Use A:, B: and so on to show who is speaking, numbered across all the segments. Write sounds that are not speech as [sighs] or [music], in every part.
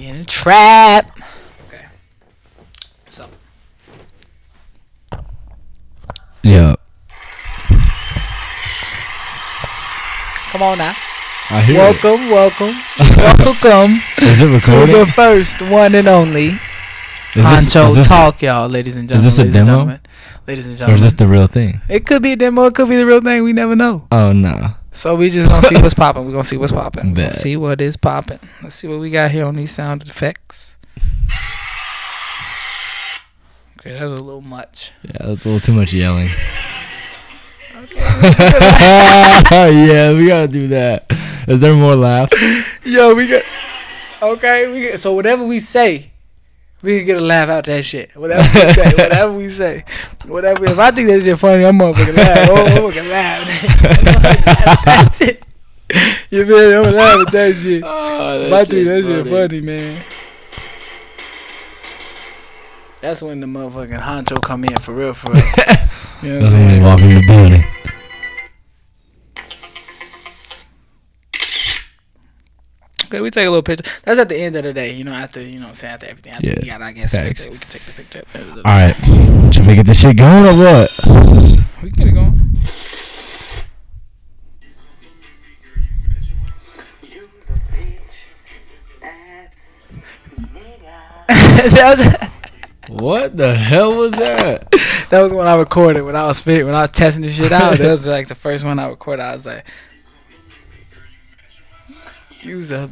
A: In a trap.
B: Okay. So
C: Yeah.
A: Come on now.
C: I hear it.
A: Welcome,
C: [laughs]
A: welcome, welcome
C: Is it
A: to
C: recording?
A: the first one and only
C: Is this,
A: Honcho
C: is this,
A: Talk, y'all, ladies and
C: is
A: gentlemen.
C: this a
A: ladies and
C: demo?
A: gentlemen, Ladies and
C: Or is
A: gentlemen.
C: this the real thing?
A: it could be a demo. It could be the real thing. We never know.
C: Oh, no.
A: So we just gonna see
C: [laughs]
A: what's popping. We gonna see what's popping. We'll
C: Bet.
A: see what is popping. Let's see what we got here on these sound effects. Okay, that was a little much.
C: Yeah, that's a little too much yelling.
A: Okay.
C: [laughs] yeah, we gotta do that. Is there more laughs?
A: [laughs] Yo, we got. Okay, we get, so whatever we say, we can get a laugh out that shit. Whatever we [laughs] say, whatever we say, whatever. If I think that shit funny, I'm motherfucking laugh. Oh, I'm fucking laugh. at that [laughs] shit. You feel me? I'm gonna laugh at that shit. If I think Oh, that shit funny, man. That's when the motherfucking honcho come in for real, [laughs] for real. You know what I'm
C: That's when we
A: saying?
C: walk in the building.
A: Okay, we take a little picture. That's at the end of the day, you know. After you know, what I'm saying after everything, after
C: Yeah,
A: we got, I guess,
C: facts.
A: we can take the picture. at the end of the day.
C: Alright. Should we get this shit going or what?
A: We can get it going. [laughs] that
C: What the hell was that?
A: was that was when I recorded when I was fit when I was testing this shit out. That was like the first one I recorded. I was like, "Use a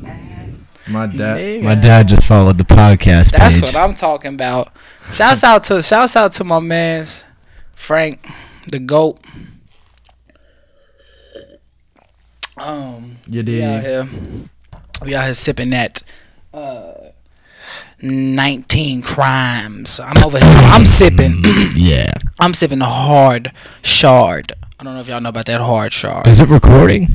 C: My
A: Nigga.
C: My dad just followed the podcast
A: That's
C: page.
A: what I'm talking about. Shouts out to shouts out to my man's Frank, the goat. Um,
C: you
A: we out
C: did.
A: here, we out here sipping that uh, 19 crimes. I'm over here. I'm sipping.
C: Yeah.
A: I'm sipping the hard shard. I don't know if y'all know about that hard shard.
C: Is it recording?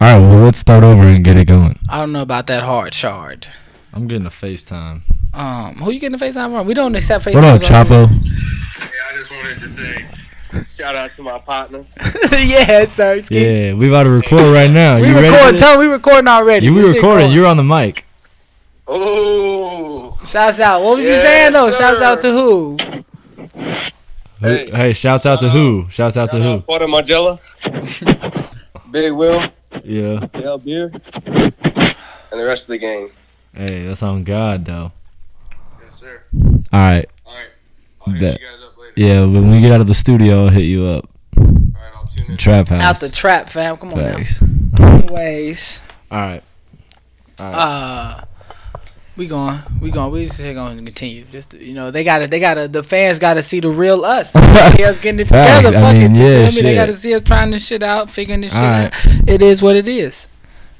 C: Alright, well, let's start over and get it going.
A: I don't know about that hard shard.
C: I'm getting a FaceTime.
A: Um, who you getting the FaceTime from? We don't accept FaceTime.
C: What up, Chapo?
D: Yeah, I just wanted to say shout out to my partners.
A: [laughs] yeah, sir. Skeets.
C: Yeah, we about to record right now.
A: We
C: you
A: recording.
C: ready?
A: Tell 'em we recording already.
C: you
A: This
C: we
A: shit
C: recording.
A: going.
C: You're on the mic.
D: Oh,
A: Shouts out. What was you
D: Yes,
A: saying though?
D: sir.
A: Shouts out to who?
C: Hey, Uh,
D: Hey.
C: shouts out to who? Shouts out to
D: shout
C: who?
D: out
C: [laughs]
D: Porter Margiela, Big Will,
C: Yeah.
D: Dale Beer, and the rest of the gang.
C: Hey, that's on God though.
D: Yes, sir.
C: All right.
D: All right.
C: I'll hit Bet.
D: guys up later.
C: Yeah, when we get out of the studio, I'll hit you up.
D: All right, I'll tune in.
C: Trap house.
A: Out the trap, fam. Come on
C: Facts.
A: now. Anyways,
C: All right.
A: uh, we going, we going, we just going to continue. Just you know, they gotta, they gotta, the fans gotta see the real us. They gotta see us getting it
C: Facts.
A: together.
C: I
A: Fuck it,
C: mean,
A: you
C: yeah,
A: feel me? They
C: shit.
A: gotta see us trying this shit out, figuring this shit
C: Alright.
A: out. It is what it is.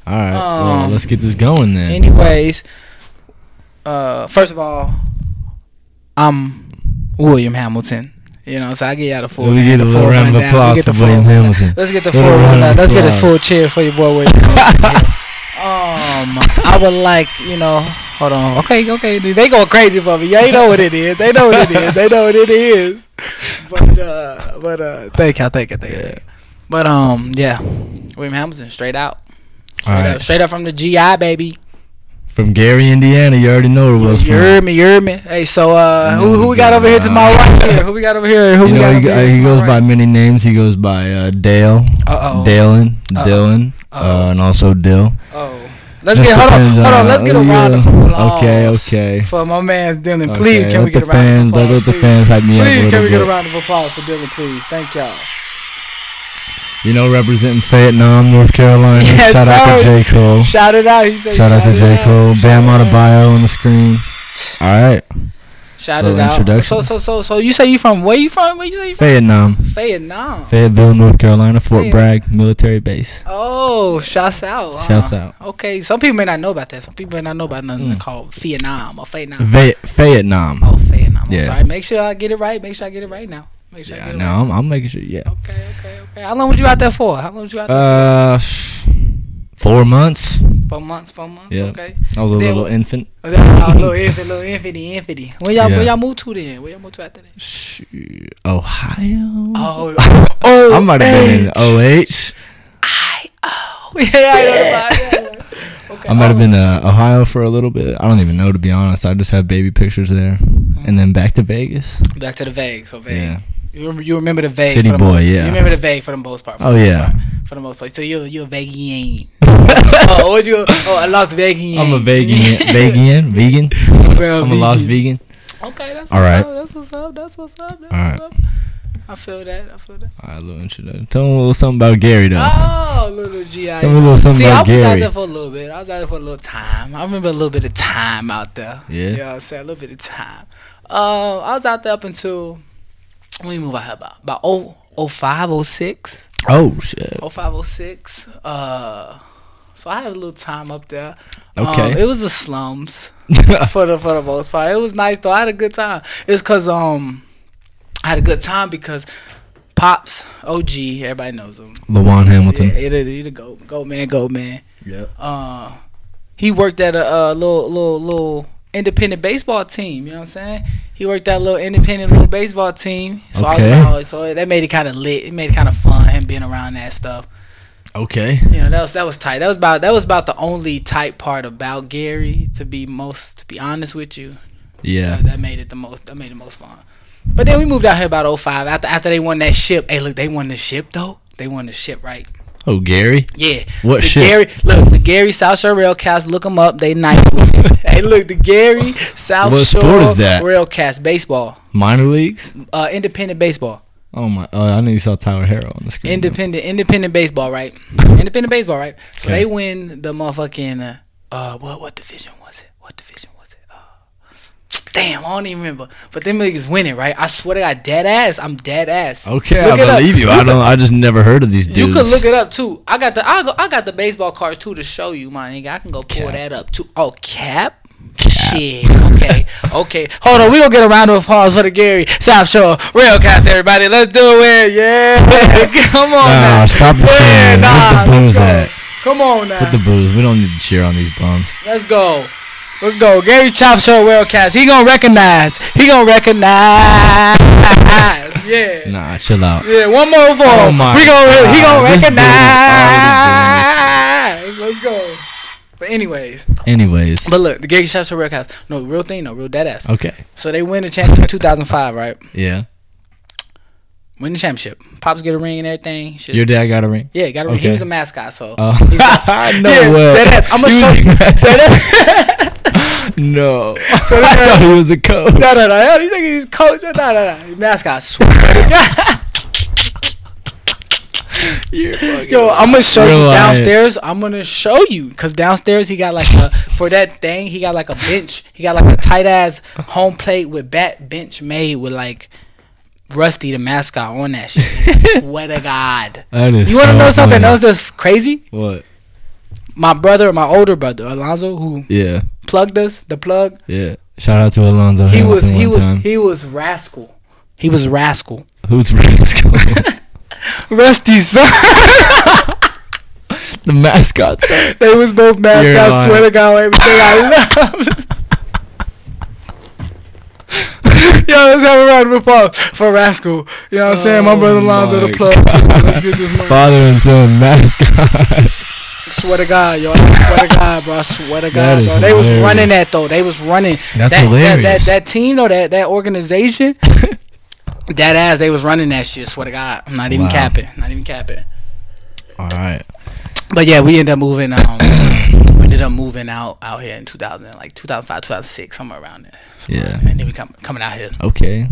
C: All right. well,
A: Um,
C: let's get this going then.
A: Anyways, uh, first of all, I'm William Hamilton. You know, so I give y'all the full.
C: Let me
A: name,
C: get
A: the
C: a little
A: full
C: round of
A: rundown. We
C: applause
A: get
C: for
A: the full-
C: William Hamilton. [laughs]
A: Let's get the full
C: Little round
A: rundown.
C: of
A: Let's get a
C: applause.
A: full cheer for your boy. William
C: [laughs]
A: Hamilton. um, I would like you know. Hold on. Okay, okay. dude, They go crazy for me. Y'all know what it is. They know what it is. They know what it is. But uh, but uh, thank you, thank you, thank you. thank you. But um, yeah, William Hamilton, straight out,
C: All
A: straight
C: right.
A: up, straight up from the GI baby.
C: From Gary, Indiana. You already know where it was
A: You
C: from.
A: heard me, you heard me. Hey, so uh, who who we got over here to my
C: Nah. [laughs]
A: right here? Who we got over here? Who
C: You
A: we
C: know,
A: got
C: he,
A: over
C: go-
A: here?
C: he goes by many names. He goes by uh, Dale,
A: Uh oh.
C: Dalen,
A: Uh-oh.
C: Dylan,
A: Uh-oh.
C: uh, and also Dill.
A: Oh. Let's
C: Just
A: get hold on,
C: depends
A: hold on. Let's get a round of
C: uh, oh, yeah.
A: applause.
C: Okay, okay.
A: For my man's Dylan, please
C: Okay,
A: can
C: let
A: we get
C: the
A: a round
C: fans,
A: of applause?
C: Let, let the
A: please?
C: fans hype me up.
A: Please,
C: a
A: can we
C: little
A: get a
C: bit.
A: round of applause for Dylan, please? Thank y'all.
C: You know, representing Fayetteville, North Carolina.
A: Yes,
C: Shout out to
A: sir.
C: J. Cole.
A: Shout it out. He said,
C: Shout out to
A: it
C: J. Cole.
A: Shout
C: Bam
A: it
C: on
A: out.
C: a bio on the screen. All right.
A: Shout
C: Little
A: it out.
C: introduction.
A: So, so, so, so, you say you from where you from? Where you say you from?
C: Fayetteville.
A: Vietnam.
C: Fayetteville, North Carolina. Fort
A: Fayetteville.
C: Bragg military base.
A: Oh, shouts out. huh?
C: Shouts out. Mm.
A: Okay, some people may not know about that. Some people may not know about nothing called Vietnam or Vietnam.
C: Fay- Fayetteville.
A: Oh, Vietnam. I'm
C: Yeah.
A: sorry. Make sure I get it right. Make sure I get it right now. Make sure I
C: Yeah,
A: get it
C: no,
A: right.
C: I'm, I'm making sure. Yeah.
A: Okay, okay, okay. How long was you out there for? How long was you out there?
C: Uh, four months.
A: for? Four months. Four months.
C: yeah.
A: Okay.
C: I was a
A: Then
C: little
A: what-
C: infant.
A: Okay, oh, little infant, little infinity, infinity. When y'all, when
C: Yeah.
A: y'all move to then? Where y'all move to after that?
C: Shoot. Ohio.
A: Oh, oh, [laughs]
C: I might have been in OH.
A: yeah, I know about that. Okay.
C: I might have been
A: Oh.
C: to Ohio for a little bit. I don't even know to be honest. I just have baby pictures there,
A: Mm-hmm.
C: and then back to Vegas.
A: Back to the vague. So vague.
C: Yeah.
A: You, remember, you remember the vague.
C: City
A: for the most-
C: boy, yeah.
A: You remember the vague for the most part. For
C: Oh
A: the most
C: yeah.
A: part, for the most part. So you you a [laughs] vaggian. oh,
C: [laughs]
A: what you? Oh, a Las Vegas.
C: I'm
A: [laughs]
C: a vegan. vegan. Vegan.
A: Well,
C: I'm a lost vegan.
A: Okay, that's what's
C: All right.
A: up. That's what's up. That's what's up. That's
C: All
A: what's
C: right.
A: up. I feel that. I feel that.
C: All right, little introduction. Tell me a little something about Gary though.
A: Oh, little GI.
C: Tell me a little something
A: See, I
C: about
A: was out
C: Gary.
A: there for a little bit. I was out there for a little time. I remember a little bit of time out there.
C: Yeah.
A: You know what I'm saying? A little bit of time. Uh, I was out there up until when we moved out here about about oh oh five oh six.
C: Oh shit. [laughs]
A: Oh five oh six. Uh so I had a little time up there.
C: Okay.
A: Um, it was the slums [laughs] for the for the most part. It was nice though. I had a good time. It's cause um I had a good time because Pops, OG, everybody knows him.
C: Lawan Hamilton.
A: Yeah, it is. He the goat, goat man, goat man.
C: Yep.
A: Uh, he worked at a, uh little, little, little independent baseball team. You know what I'm saying? He worked at a little independent little baseball team. So
C: Okay.
A: I was, so that made it kind of lit. It made it kind of fun him being around that stuff.
C: Okay.
A: You know, that was that was tight. That was about that was about the only tight part about Gary. To be most, to be honest with you,
C: Yeah.
A: Uh, that, that made it the most. That made it the most fun. But then we moved out here about 05 after after they won that ship. Hey, look, they won the ship though. They won the ship, right?
C: Oh Gary.
A: Yeah.
C: What
A: the
C: shit?
A: Gary, look, the Gary South Shore Railcast. Look them up. They nice [laughs] with it. hey, look, the Gary South
C: What
A: Shore
C: sport is that?
A: Railcast baseball,
C: Minor leagues.
A: uh, independent baseball,
C: Oh my. Oh, I knew you saw Tyler Harrow on the screen.
A: independent, independent baseball, right? independent baseball, right? So
C: Okay.
A: they win the motherfucking uh, uh, what what division was it? What division was it? Uh, Damn, I don't even remember. But them niggas winning, right? I swear to God, dead ass. I'm dead ass.
C: Okay,
A: Look it
C: I
A: up.
C: believe you. I don't. I just never heard of these dudes.
A: You could look it up too. I got the I, go, I got the baseball cards too to show you, my nigga. I can go pull
C: Cap.
A: that up too. Oh, cap. Shit.
C: [laughs]
A: Okay. Okay. Hold on. We gonna get a round of applause for the Gary South Shore Railcats, everybody. Let's do it. Yeah. [laughs] Come on.
C: Nah,
A: now.
C: stop the cheering. Where's
A: let's
C: the booze
A: go.
C: at?
A: Come on now.
C: Put the booze. We don't need to cheer on these bums.
A: Let's go. Let's go. Gary Chop Show Railcats. He gonna recognize. He gonna recognize. [laughs] Yeah.
C: Nah, chill out.
A: Yeah, one more for
C: Oh
A: him.
C: my
A: we gonna re- he
C: God,
A: gonna
C: this dude is
A: recognize. Let's go. But anyways,
C: Anyways,
A: but look, the Gary Shots are real cats. No, real thing, no, real dead ass.
C: okay.
A: So they win the championship 2005, right?
C: Yeah,
A: Win the championship. Pops get a ring and everything. Shit's-
C: your dad got a ring.
A: yeah, got a ring. He
C: Okay.
A: was a mascot, so [laughs]
C: Oh,
A: he's got-
C: [laughs] no
A: yeah,
C: way.
A: Dead ass. I'm gonna
C: You
A: show
C: [laughs]
A: you.
C: was a
A: Dead ass. [laughs]
C: No,
A: So
C: I
A: that-
C: thought he was a coach.
A: No, no, no. You think he's coach? No, no, no. Mascot. Swear to God.
C: [laughs] You're fucking-
A: Yo, I'm gonna show
C: Real
A: you
C: life.
A: downstairs. I'm gonna show you because downstairs he got like a for that thing. He got like a bench. He got like a tight ass home plate with bat bench made with like Rusty the mascot on that [laughs] shit. Swear to God.
C: That is
A: You want to
C: so
A: know something
C: funny.
A: else that's crazy?
C: What?
A: My brother, my older brother Alonzo, who
C: Yeah,
A: plugged us, the plug.
C: yeah. Shout out to Alonzo.
A: He was
C: Hamilton
A: he
C: one
A: was
C: time.
A: he was rascal. He was rascal.
C: [laughs] Who's Rascal?
A: [laughs] Rusty's son.
C: the mascot. son.
A: [laughs] they was both mascots.
C: lying.
A: Swear to God, everything I
C: [laughs]
A: love. Yo, let's have a round of applause for Rascal. You know what I'm saying? My
C: Oh
A: brother Lonzo
C: my
A: the plug too. Let's get this money.
C: Father and son mascots.
A: Swear to God, yo. I swear to God, bro. I swear to
C: That
A: God,
C: is
A: bro. They was
C: hilarious.
A: running that though. They was running.
C: That's
A: that, That, that,
C: hilarious.
A: that team or that that
C: [laughs]
A: organization. that ass, they was running that shit. Swear to God, I'm not even
C: Wow.
A: capping. Not even capping.
C: [laughs] All right.
A: But yeah, we ended up moving. Um, [clears throat] we ended up moving out out here in 2000, like 2005, 2006, somewhere around there. Somewhere
C: Yeah.
A: around there. And then we come coming out here.
C: Okay.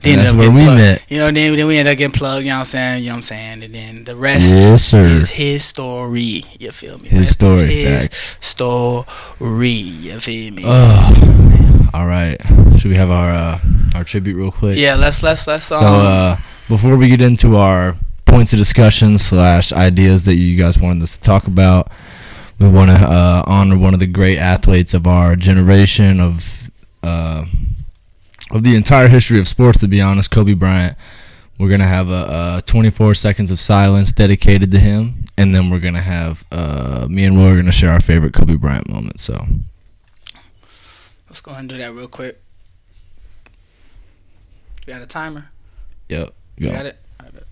A: Then ended
C: That's
A: up
C: where
A: getting
C: we
A: plugged.
C: met.
A: You know, then then we ended up getting plugged. You know what I'm saying? You know what I'm saying? And then the rest
C: Yes, sir.
A: is his story. You feel me?
C: His
A: Rest is
C: story,
A: His
C: facts.
A: story. You feel me?
C: Ugh. all right. Should we have our uh, our tribute real quick?
A: yeah. Let's let's let's um.
C: So uh, before we get into our points of discussion slash ideas that you guys wanted us to talk about, we want to uh, honor one of the great athletes of our generation of uh, of the entire history of sports. To be honest, Kobe Bryant. We're gonna have a, a 24 seconds of silence dedicated to him, and then we're gonna have uh, me and Roy are gonna share our favorite Kobe Bryant moment. So
A: let's go ahead and do that real quick. We got a timer.
C: Yep.
A: You
C: Go.
A: got it. All right, bet.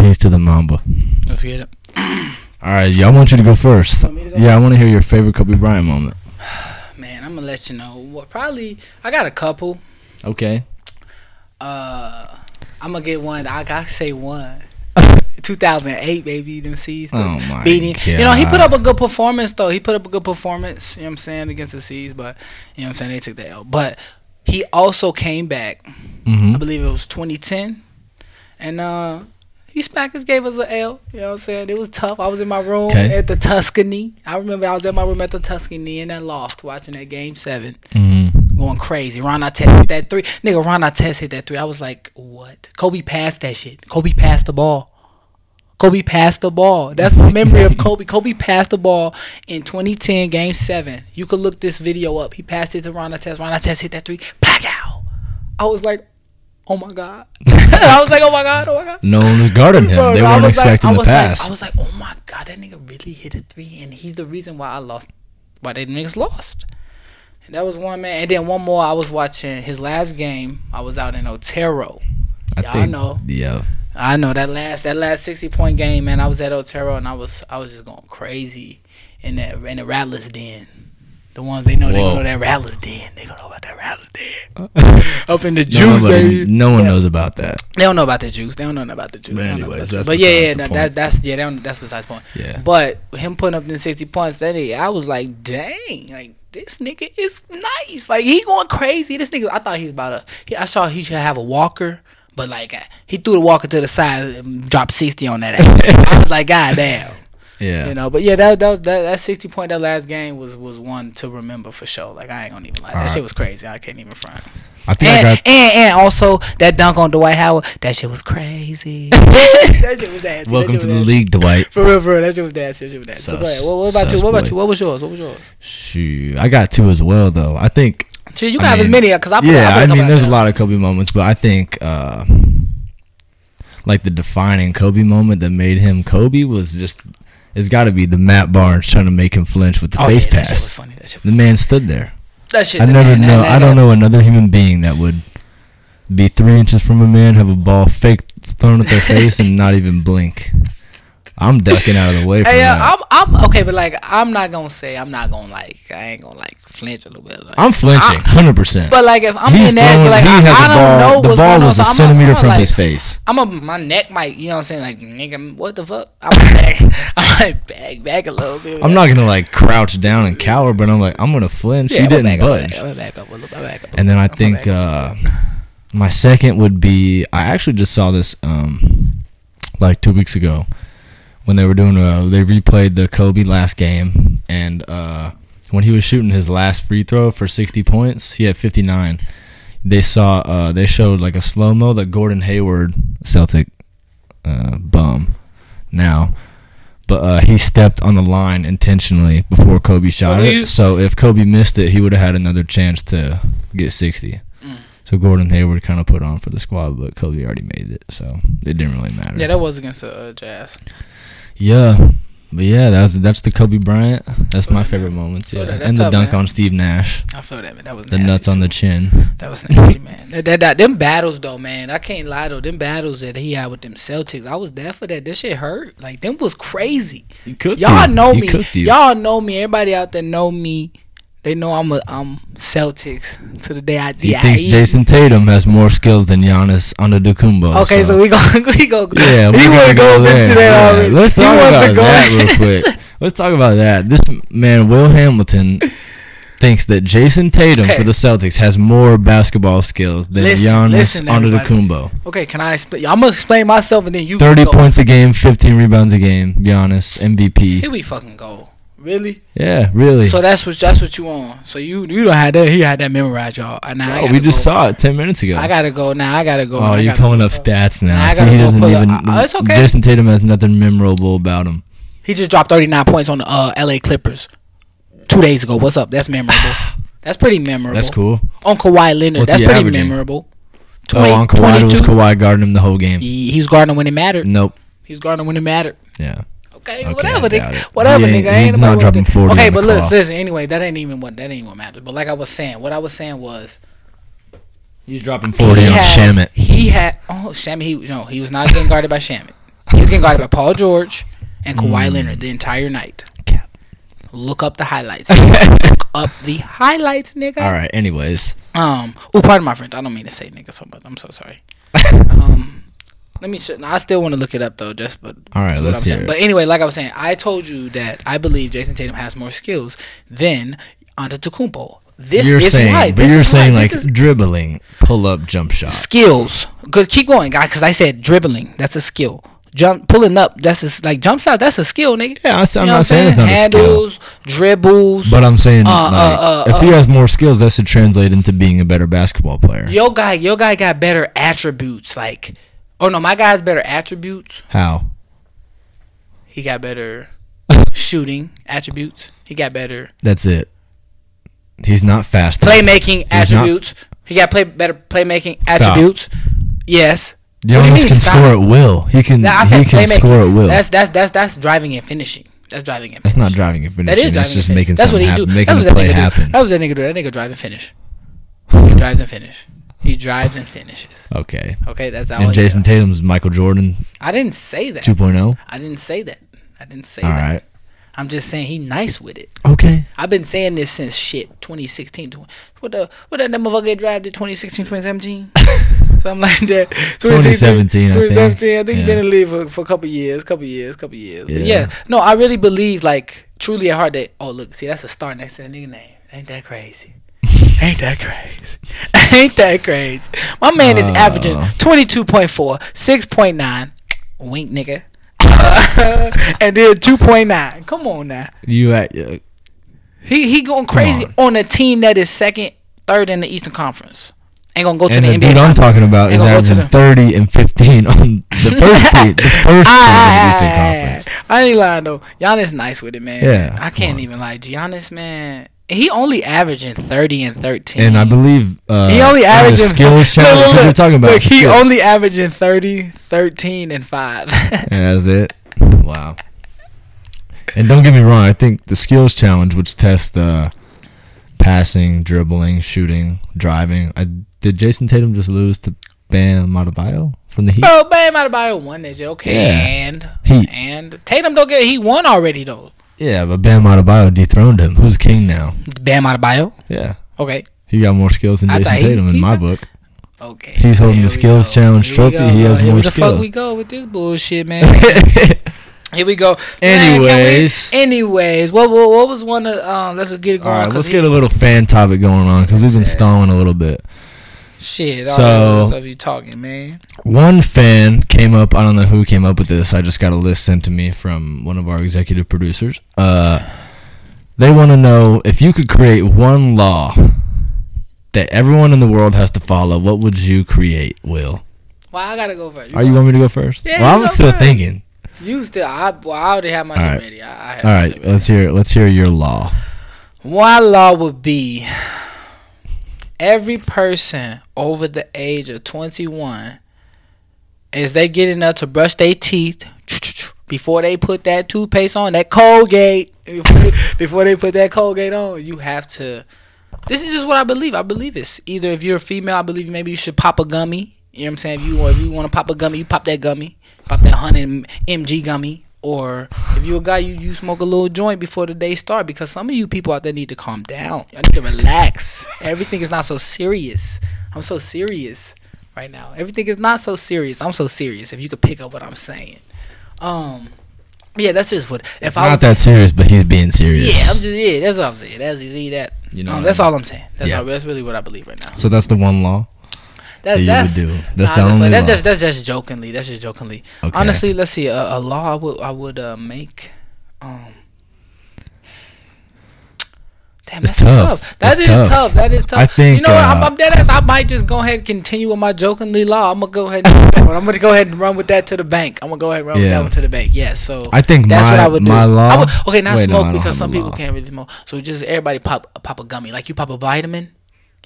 C: Knees to the Mamba.
A: Let's get it.
C: All right, yeah, I want you to go first.
A: me to go?
C: Yeah, I want to hear your favorite Kobe Bryant moment.
A: Man, I'm gonna let you know. Well, probably I got a couple.
C: Okay.
A: Uh, I'm gonna get one. I gotta say one. 2008, baby. Them C's.
C: Oh my
A: beating. You know, he put up
C: God.
A: a good performance though. He put up a good performance. You know what I'm saying against the C's, but you know what I'm saying they took the L. But he also came back.
C: [laughs] Mm-hmm.
A: I believe it was 2010, and uh, he Spackers gave us a L. You know what I'm saying? It was tough. I was in my room
C: Okay.
A: at the Tuscany. I remember I was in my room at the Tuscany in that loft watching that game seven
C: Mm-hmm.
A: going crazy. Ron Artest hit that three. Nigga, Ron Artest hit that three. I was like, what? Kobe passed that shit. Kobe passed the ball. Kobe passed the ball. That's my memory of Kobe. Kobe passed the ball in 2010, Game Seven. You could look this video up. He passed it to Ron Artest. Ron Artest hit that three. Black out. I was like, oh my god. [laughs] I was like, oh my god, oh my god.
C: No one was guarding him.
A: Bro,
C: they
A: I
C: weren't
A: was like-
C: expecting
A: I
C: the
A: was like-
C: pass.
A: I was like, oh my god, that nigga really hit a three, and he's the reason why I lost. Why they niggas lost. And that was one man, and then one more. I was watching his last game. I was out in Otero.
C: I
A: y'all know.
C: Yeah.
A: I know that last that last sixty point game, man. I was at Otero, and I was I was just going crazy in that in the Rattlers Den. The ones they know they
C: Whoa.
A: gonna know that Rattlers Den. They gonna know about that Rattlers Den.
C: [laughs]
A: Up in the juice,
C: Nobody-
A: baby.
C: No one
A: Yeah.
C: knows about that.
A: They don't know about the juice. They don't know nothing about the juice.
C: But
A: They don't know about
C: anyways,
A: the
C: that's
A: juice. but yeah, yeah,
C: besides the
A: that,
C: point.
A: that, that's yeah, they don't, that's besides the point.
C: Yeah.
A: But him putting up them sixty points, that nigga, I was like, dang, like this nigga is nice. Like he going crazy. This nigga, I thought he was about to. He, I saw he should have a walker, but like uh, he threw the walker to the side and dropped sixty on that. [laughs] ass. I was like, god damn.
C: Yeah.
A: You know, but yeah, that that was, that, that sixty point that last game was was one to remember for sure. Like I ain't gonna even lie, that
C: Alright.
A: shit was crazy. I can't even front.
C: I think I
A: And, [laughs]
C: got.
A: and and also that dunk on Dwight Howard, that shit was crazy. [laughs] that shit was nasty. that
C: Welcome
A: shit was
C: to the
A: nasty.
C: league,
A: [laughs]
C: Dwight.
A: For real, for real, that shit was nasty. That shit was nasty. But
C: Sus.
A: go ahead. What, what about
C: Sus
A: you? What about
C: boy.
A: you? What was yours? What was yours?
C: Shoot, I got two as well though. I think.
A: Shit, you
C: I
A: can have as
C: mean,
A: many because I put,
C: yeah,
A: I,
C: I
A: put
C: mean, there's a
A: couple
C: lot of Kobe moments, but I think uh, like the defining Kobe moment that made him Kobe was just it's got to be the Matt Barnes trying to make him flinch with the
A: out there.
C: face
A: Oh, yeah, That shit was
C: pass.
A: funny. That shit.
C: The man stood there.
A: That shit
C: I
A: that-
C: never
A: that-
C: know.
A: that-
C: I don't
A: that-
C: know another human being that would be three inches from a man, have a ball fake thrown at their face, and
A: [laughs]
C: not even blink. I'm ducking out of the way from
A: Hey,
C: that.
A: uh, I'm I'm okay, but like I'm not gonna say I'm not gonna like I ain't gonna like flinch a little bit. Like,
C: I'm, flinching, hundred percent.
A: but like if I'm
C: He's
A: in that,
C: throwing.
A: like
C: he
A: I,
C: has
A: I
C: a
A: don't
C: ball.
A: know
C: the
A: what's
C: ball
A: going on,
C: was
A: so
C: a
A: I'm a-
C: centimeter
A: I'm
C: from
A: like-
C: his face.
A: I'm a my neck might you know what I'm saying like nigga what the fuck I might back [laughs] I might back back a little bit. with
C: I'm
A: that.
C: not gonna like crouch down and cower, but I'm like I'm gonna flinch.
A: Yeah,
C: he
A: I'm gonna
C: didn't
A: back up,
C: budge.
A: I'm gonna back up, I'm gonna back up, I'm gonna back up.
C: And then I
A: I'm gonna
C: think
A: back up.
C: uh, my second would be I actually just saw this um, like two weeks ago when they were doing uh, they replayed the Kobe last game and uh, when he was shooting his last free throw for 60 points he had 59. They saw uh, they showed like a slow mo that Gordon Hayward Celtic uh, bum now. But uh, he stepped on the line intentionally before Kobe shot
A: Oh,
C: it.
A: he-
C: So if Kobe missed it, he would have had another chance to get 60.
A: Mm.
C: So Gordon Hayward kind of put on for the squad, but Kobe already made it, so it didn't really matter.
A: yeah, that was against the uh, Jazz.
C: yeah, but yeah, that's that's the Kobe Bryant. That's my
A: that,
C: favorite moments.
A: So
C: Yeah,
A: that- that's
C: and the
A: tough,
C: dunk
A: man.
C: on Steve Nash,
A: I feel that man. That was
C: the
A: nasty
C: nuts on
A: too.
C: the chin.
A: That was nasty, man. That, that, that them battles though, man. I can't lie though. Them battles that he had with them Celtics, I was there for that. That shit hurt. Like them was crazy.
C: You cooked
A: Y'all know me.
C: Hmm, cooked you.
A: Y'all know me. Everybody out there know me. They know I'm a I'm Celtics to the day I
C: He
A: die.
C: thinks Jason Tatum has more skills than Giannis Antetokounmpo.
A: Okay, so, we go [laughs] we go. [laughs]
C: yeah,
A: he
C: we're
A: want
C: gonna
A: to go into that
C: Yeah,
A: already.
C: Let's
A: he
C: talk
A: wants
C: about
A: to go.
C: that
A: [laughs]
C: real quick. Let's talk about that. This man, Will Hamilton. Thinks that Jason Tatum
A: Okay.
C: for the Celtics has more basketball skills than
A: Listen,
C: Giannis
A: listen, everybody. [laughs]
C: Antetokounmpo.
A: okay, can I explain? I'm gonna explain myself and then you.
C: 30
A: go.
C: points a game, 15 rebounds a game, Giannis, MVP.
A: Here we fucking go. Really?
C: Yeah, really.
A: So that's what that's what you on. So you you don't have that. He had that memorized, y'all. And now I
C: oh,
A: gotta
C: we just
A: go.
C: saw it 10 minutes ago.
A: I gotta go now. I gotta go.
C: oh,
A: I
C: you're
A: gotta-
C: pulling up stats
A: Nah, I
C: now. See,
A: gotta
C: he
A: go
C: doesn't
A: pull up-
C: even.
A: uh, it's okay.
C: Jason Tatum has nothing memorable about him.
A: He just dropped 39 points on the uh, LA Clippers two days ago. What's up? That's
C: [sighs]
A: memorable. That's pretty memorable.
C: That's cool.
A: On Kawhi Leonard,
C: What's
A: that's
C: he
A: pretty
C: averaging?
A: memorable.
C: Oh, on Kawhi, it was
A: 22.
C: Kawhi guarding him the whole game.
A: He, he was guarding when it mattered.
C: Nope.
A: He was guarding when it mattered.
C: Yeah.
A: Okay,
C: Okay, I
A: whatever,
C: doubt
A: nigga.
C: it.
A: Whatever,
C: He ain't-
A: nigga. I
C: he's
A: Ain't
C: not
A: about
C: dropping
A: what-
C: 40
A: Okay,
C: on the
A: but look,
C: clock.
A: listen. Anyway, that ain't even what that ain't even matter. But like I was saying, what I was saying was
C: He's dropping 40
A: he
C: on
A: has-
C: Shamit. [laughs]
A: He had oh Shamit. He no, he was not getting guarded by Shamit. He was getting guarded by Paul George and Kawhi Leonard the entire night.
C: Mm. Cap.
A: Look up the
C: [laughs]
A: highlights. Look up the highlights, nigga.
C: All right. Anyways,
A: Um. Oh, pardon my friend. I don't mean to say nigga so much. I'm so
C: [laughs]
A: sorry. um. Let me. Sh- no, I still want to look it up though. Just but.
C: All right,
A: that's what
C: let's
A: I'm saying.
C: hear it.
A: But anyway, like I was saying, I told you that I believe Jason Tatum has more skills than Antetokounmpo. This
C: you're
A: is
C: saying,
A: why.
C: but
A: this
C: you're
A: is
C: saying
A: why.
C: like
A: This is-
C: dribbling, pull up, jump shot.
A: skills. Good. Keep going, guy. Because I said dribbling. That's a skill. Jump, pulling up. That's a, s- like jump shots. That's a skill, nigga.
C: Yeah, I s- I'm
A: You know
C: not
A: what
C: saying it's not a skill.
A: Handles, dribbles.
C: But I'm saying,
A: Uh,
C: like,
A: uh, uh,
C: if he has more skills, that should translate into being a better basketball player.
A: Yo guy, yo guy got better attributes. Like, oh no, my guy's better attributes.
C: How?
A: He got
C: [laughs]
A: better shooting attributes. He got better
C: That's it. He's not fast. enough.
A: playmaking
C: He's not-
A: attributes. he got play better playmaking attributes. Yes. What do you
C: Giannis
A: mean
C: can
A: stop?
C: score at will. He can.
A: Nah, I
C: he
A: said
C: can
A: playmaking.
C: score at will.
A: That's that's that's that's driving and finishing. That's driving and.
C: That's
A: finishing.
C: not driving and finishing.
A: That is driving.
C: That's
A: and
C: just
A: finish.
C: making
A: That's what
C: something
A: he
C: happen,
A: do.
C: making
A: That's
C: a
A: what that
C: play
A: nigga
C: happen.
A: do. That's what that nigga do. That nigga drive and finish. He drives and finish. He drives and finishes.
C: Okay.
A: Okay, that's all.
C: And
A: he
C: Jason
A: does.
C: Tatum's Michael Jordan oh?
A: I didn't say that.
C: 2.0.
A: I didn't say that. I didn't say
C: All
A: that.
C: right.
A: I'm just saying he nice with it.
C: Okay.
A: I've been saying this since shit 2016. Tw- What the what that motherfucker drive to 2016
C: [laughs]
A: 2017? Something like that.
C: 2017, I think.
A: 2017. I think
C: Yeah.
A: he been in the league for, for a couple years, couple years, couple years. Yeah.
C: Yeah.
A: But yeah. No, I really believe like truly at heart that oh look, see that's a star next to that nigga name. Ain't that
C: [laughs]
A: crazy? Ain't that crazy? [laughs] Ain't that crazy? My man is
C: Oh.
A: averaging 22.4, 6.9, wink nigga, [laughs] and then 2.9. Come on now.
C: You at uh,
A: He he going crazy on.
C: on.
A: a team that is second, third in the Eastern Conference. Ain't gonna go to
C: and
A: the,
C: the,
A: NBA.
C: dude I'm
A: Finals.
C: talking about
A: They
C: is
A: gonna go to
C: averaging
A: the-
C: 30 and 15 on
A: [laughs]
C: the first team, the first team
A: Ah,
C: in the Eastern Conference.
A: I ain't lying though. Giannis nice with it, man.
C: Yeah,
A: I
C: come
A: can't
C: on.
A: even lie. Giannis, man, he only averaging thirty and thirteen.
C: And I believe uh,
A: he only
C: on the
A: averaging [laughs]
C: skills
A: Look,
C: challenge.
A: look,
C: Look,
A: look.
C: We're talking about
A: Look, he
C: skill.
A: only averaging 30, 13, and five. [laughs]
C: Yeah, that's it. Wow. And don't get me wrong, I think the skills challenge, which tests uh, passing, dribbling, shooting, driving. I, did Jason Tatum just lose to Bam Adebayo from the Heat?
A: Bro, Bam Adebayo won that shit. Okay,
C: Yeah.
A: and
C: Heat.
A: and Tatum don't get. He won already though.
C: Yeah, but Bam Adebayo dethroned him. Who's king now?
A: Bam Adebayo.
C: Yeah,
A: Okay.
C: he got more skills than
A: I
C: Jason
A: thought he-
C: Tatum in
A: he-
C: my
A: [laughs]
C: book.
A: Okay.
C: He's holding
A: Here
C: the
A: we
C: skills
A: go.
C: challenge
A: Here we
C: trophy.
A: go,
C: He
A: bro.
C: has
A: Here
C: more
A: the
C: skills.
A: fuck we go with this bullshit, man. [laughs] Here we go. Man, can we-
C: Anyways.
A: anyways, what, what what was one of um? Let's get it
C: All
A: going.
C: right,
A: 'cause
C: let's
A: he-
C: get a little fan topic going on because we've been stalling a little bit.
A: shit. All
C: So-
A: so stuff you talking, man?
C: One fan came up. I don't know who came up with this. I just got a list sent to me from one of our executive producers. Uh, they want to know if you could create one law that everyone in the world has to follow. What would you create, Will?
A: Well, I gotta go first.
C: Are you want me to go first?
A: Yeah,
C: well,
A: you
C: I'm
A: go
C: still
A: first.
C: thinking.
A: You still? I well, I already have my
C: All
A: shit
C: right.
A: ready. I, I have
C: All right, let's hear. Let's hear your law.
A: One law would be every person over the age of 21 is they getting up to brush their teeth before they put that toothpaste on that Colgate [laughs] before they put that Colgate on you have to this is just what I believe I believe it's either if you're a female I believe maybe you should pop a gummy you know what I'm saying if you want if you want to pop a gummy you pop that gummy pop that 100 mg gummy or if you're a guy you, you smoke a little joint before the day start because some of you people out there need to calm down I need to relax everything is not so serious I'm so serious right now. Everything is not so serious. I'm so serious. If you could pick up what I'm saying, um, yeah, that's just what. If I
C: Not
A: was,
C: that serious, but he's being serious.
A: yeah, I'm just yeah. That's what I'm saying. That's easy. That
C: You
A: you
C: know
A: know.
C: what
A: that's
C: I mean.
A: all I'm saying. That's
C: Yeah.
A: all, that's really what I believe right now.
C: so that's the one law.
A: That's
C: Yeah, you
A: that's
C: would do. That's
A: nah,
C: the
A: that's,
C: only
A: like- that's
C: law.
A: just that's just jokingly. That's just jokingly.
C: Okay.
A: Honestly, let's see. A, a law I would I would uh, make. Um, Damn,
C: It's
A: that's
C: tough.
A: tough. That
C: It's
A: is
C: tough.
A: tough. That is tough.
C: I think,
A: you know what? I'm,
C: uh,
A: I'm dead ass. I might just go ahead and continue with my jokingly law. I'm gonna go ahead. And but I'm gonna go ahead and run with that to the bank. I'm gonna go ahead and run with
C: Yeah.
A: that one to the bank. Yes. so
C: I think
A: that's
C: my-
A: what I would do.
C: my law-
A: I would, okay, not
C: Wait, no, I
A: smoke
C: don't have
A: because
C: a
A: some people
C: law.
A: can't really smoke. So just everybody pop pop a gummy. Like you pop a vitamin.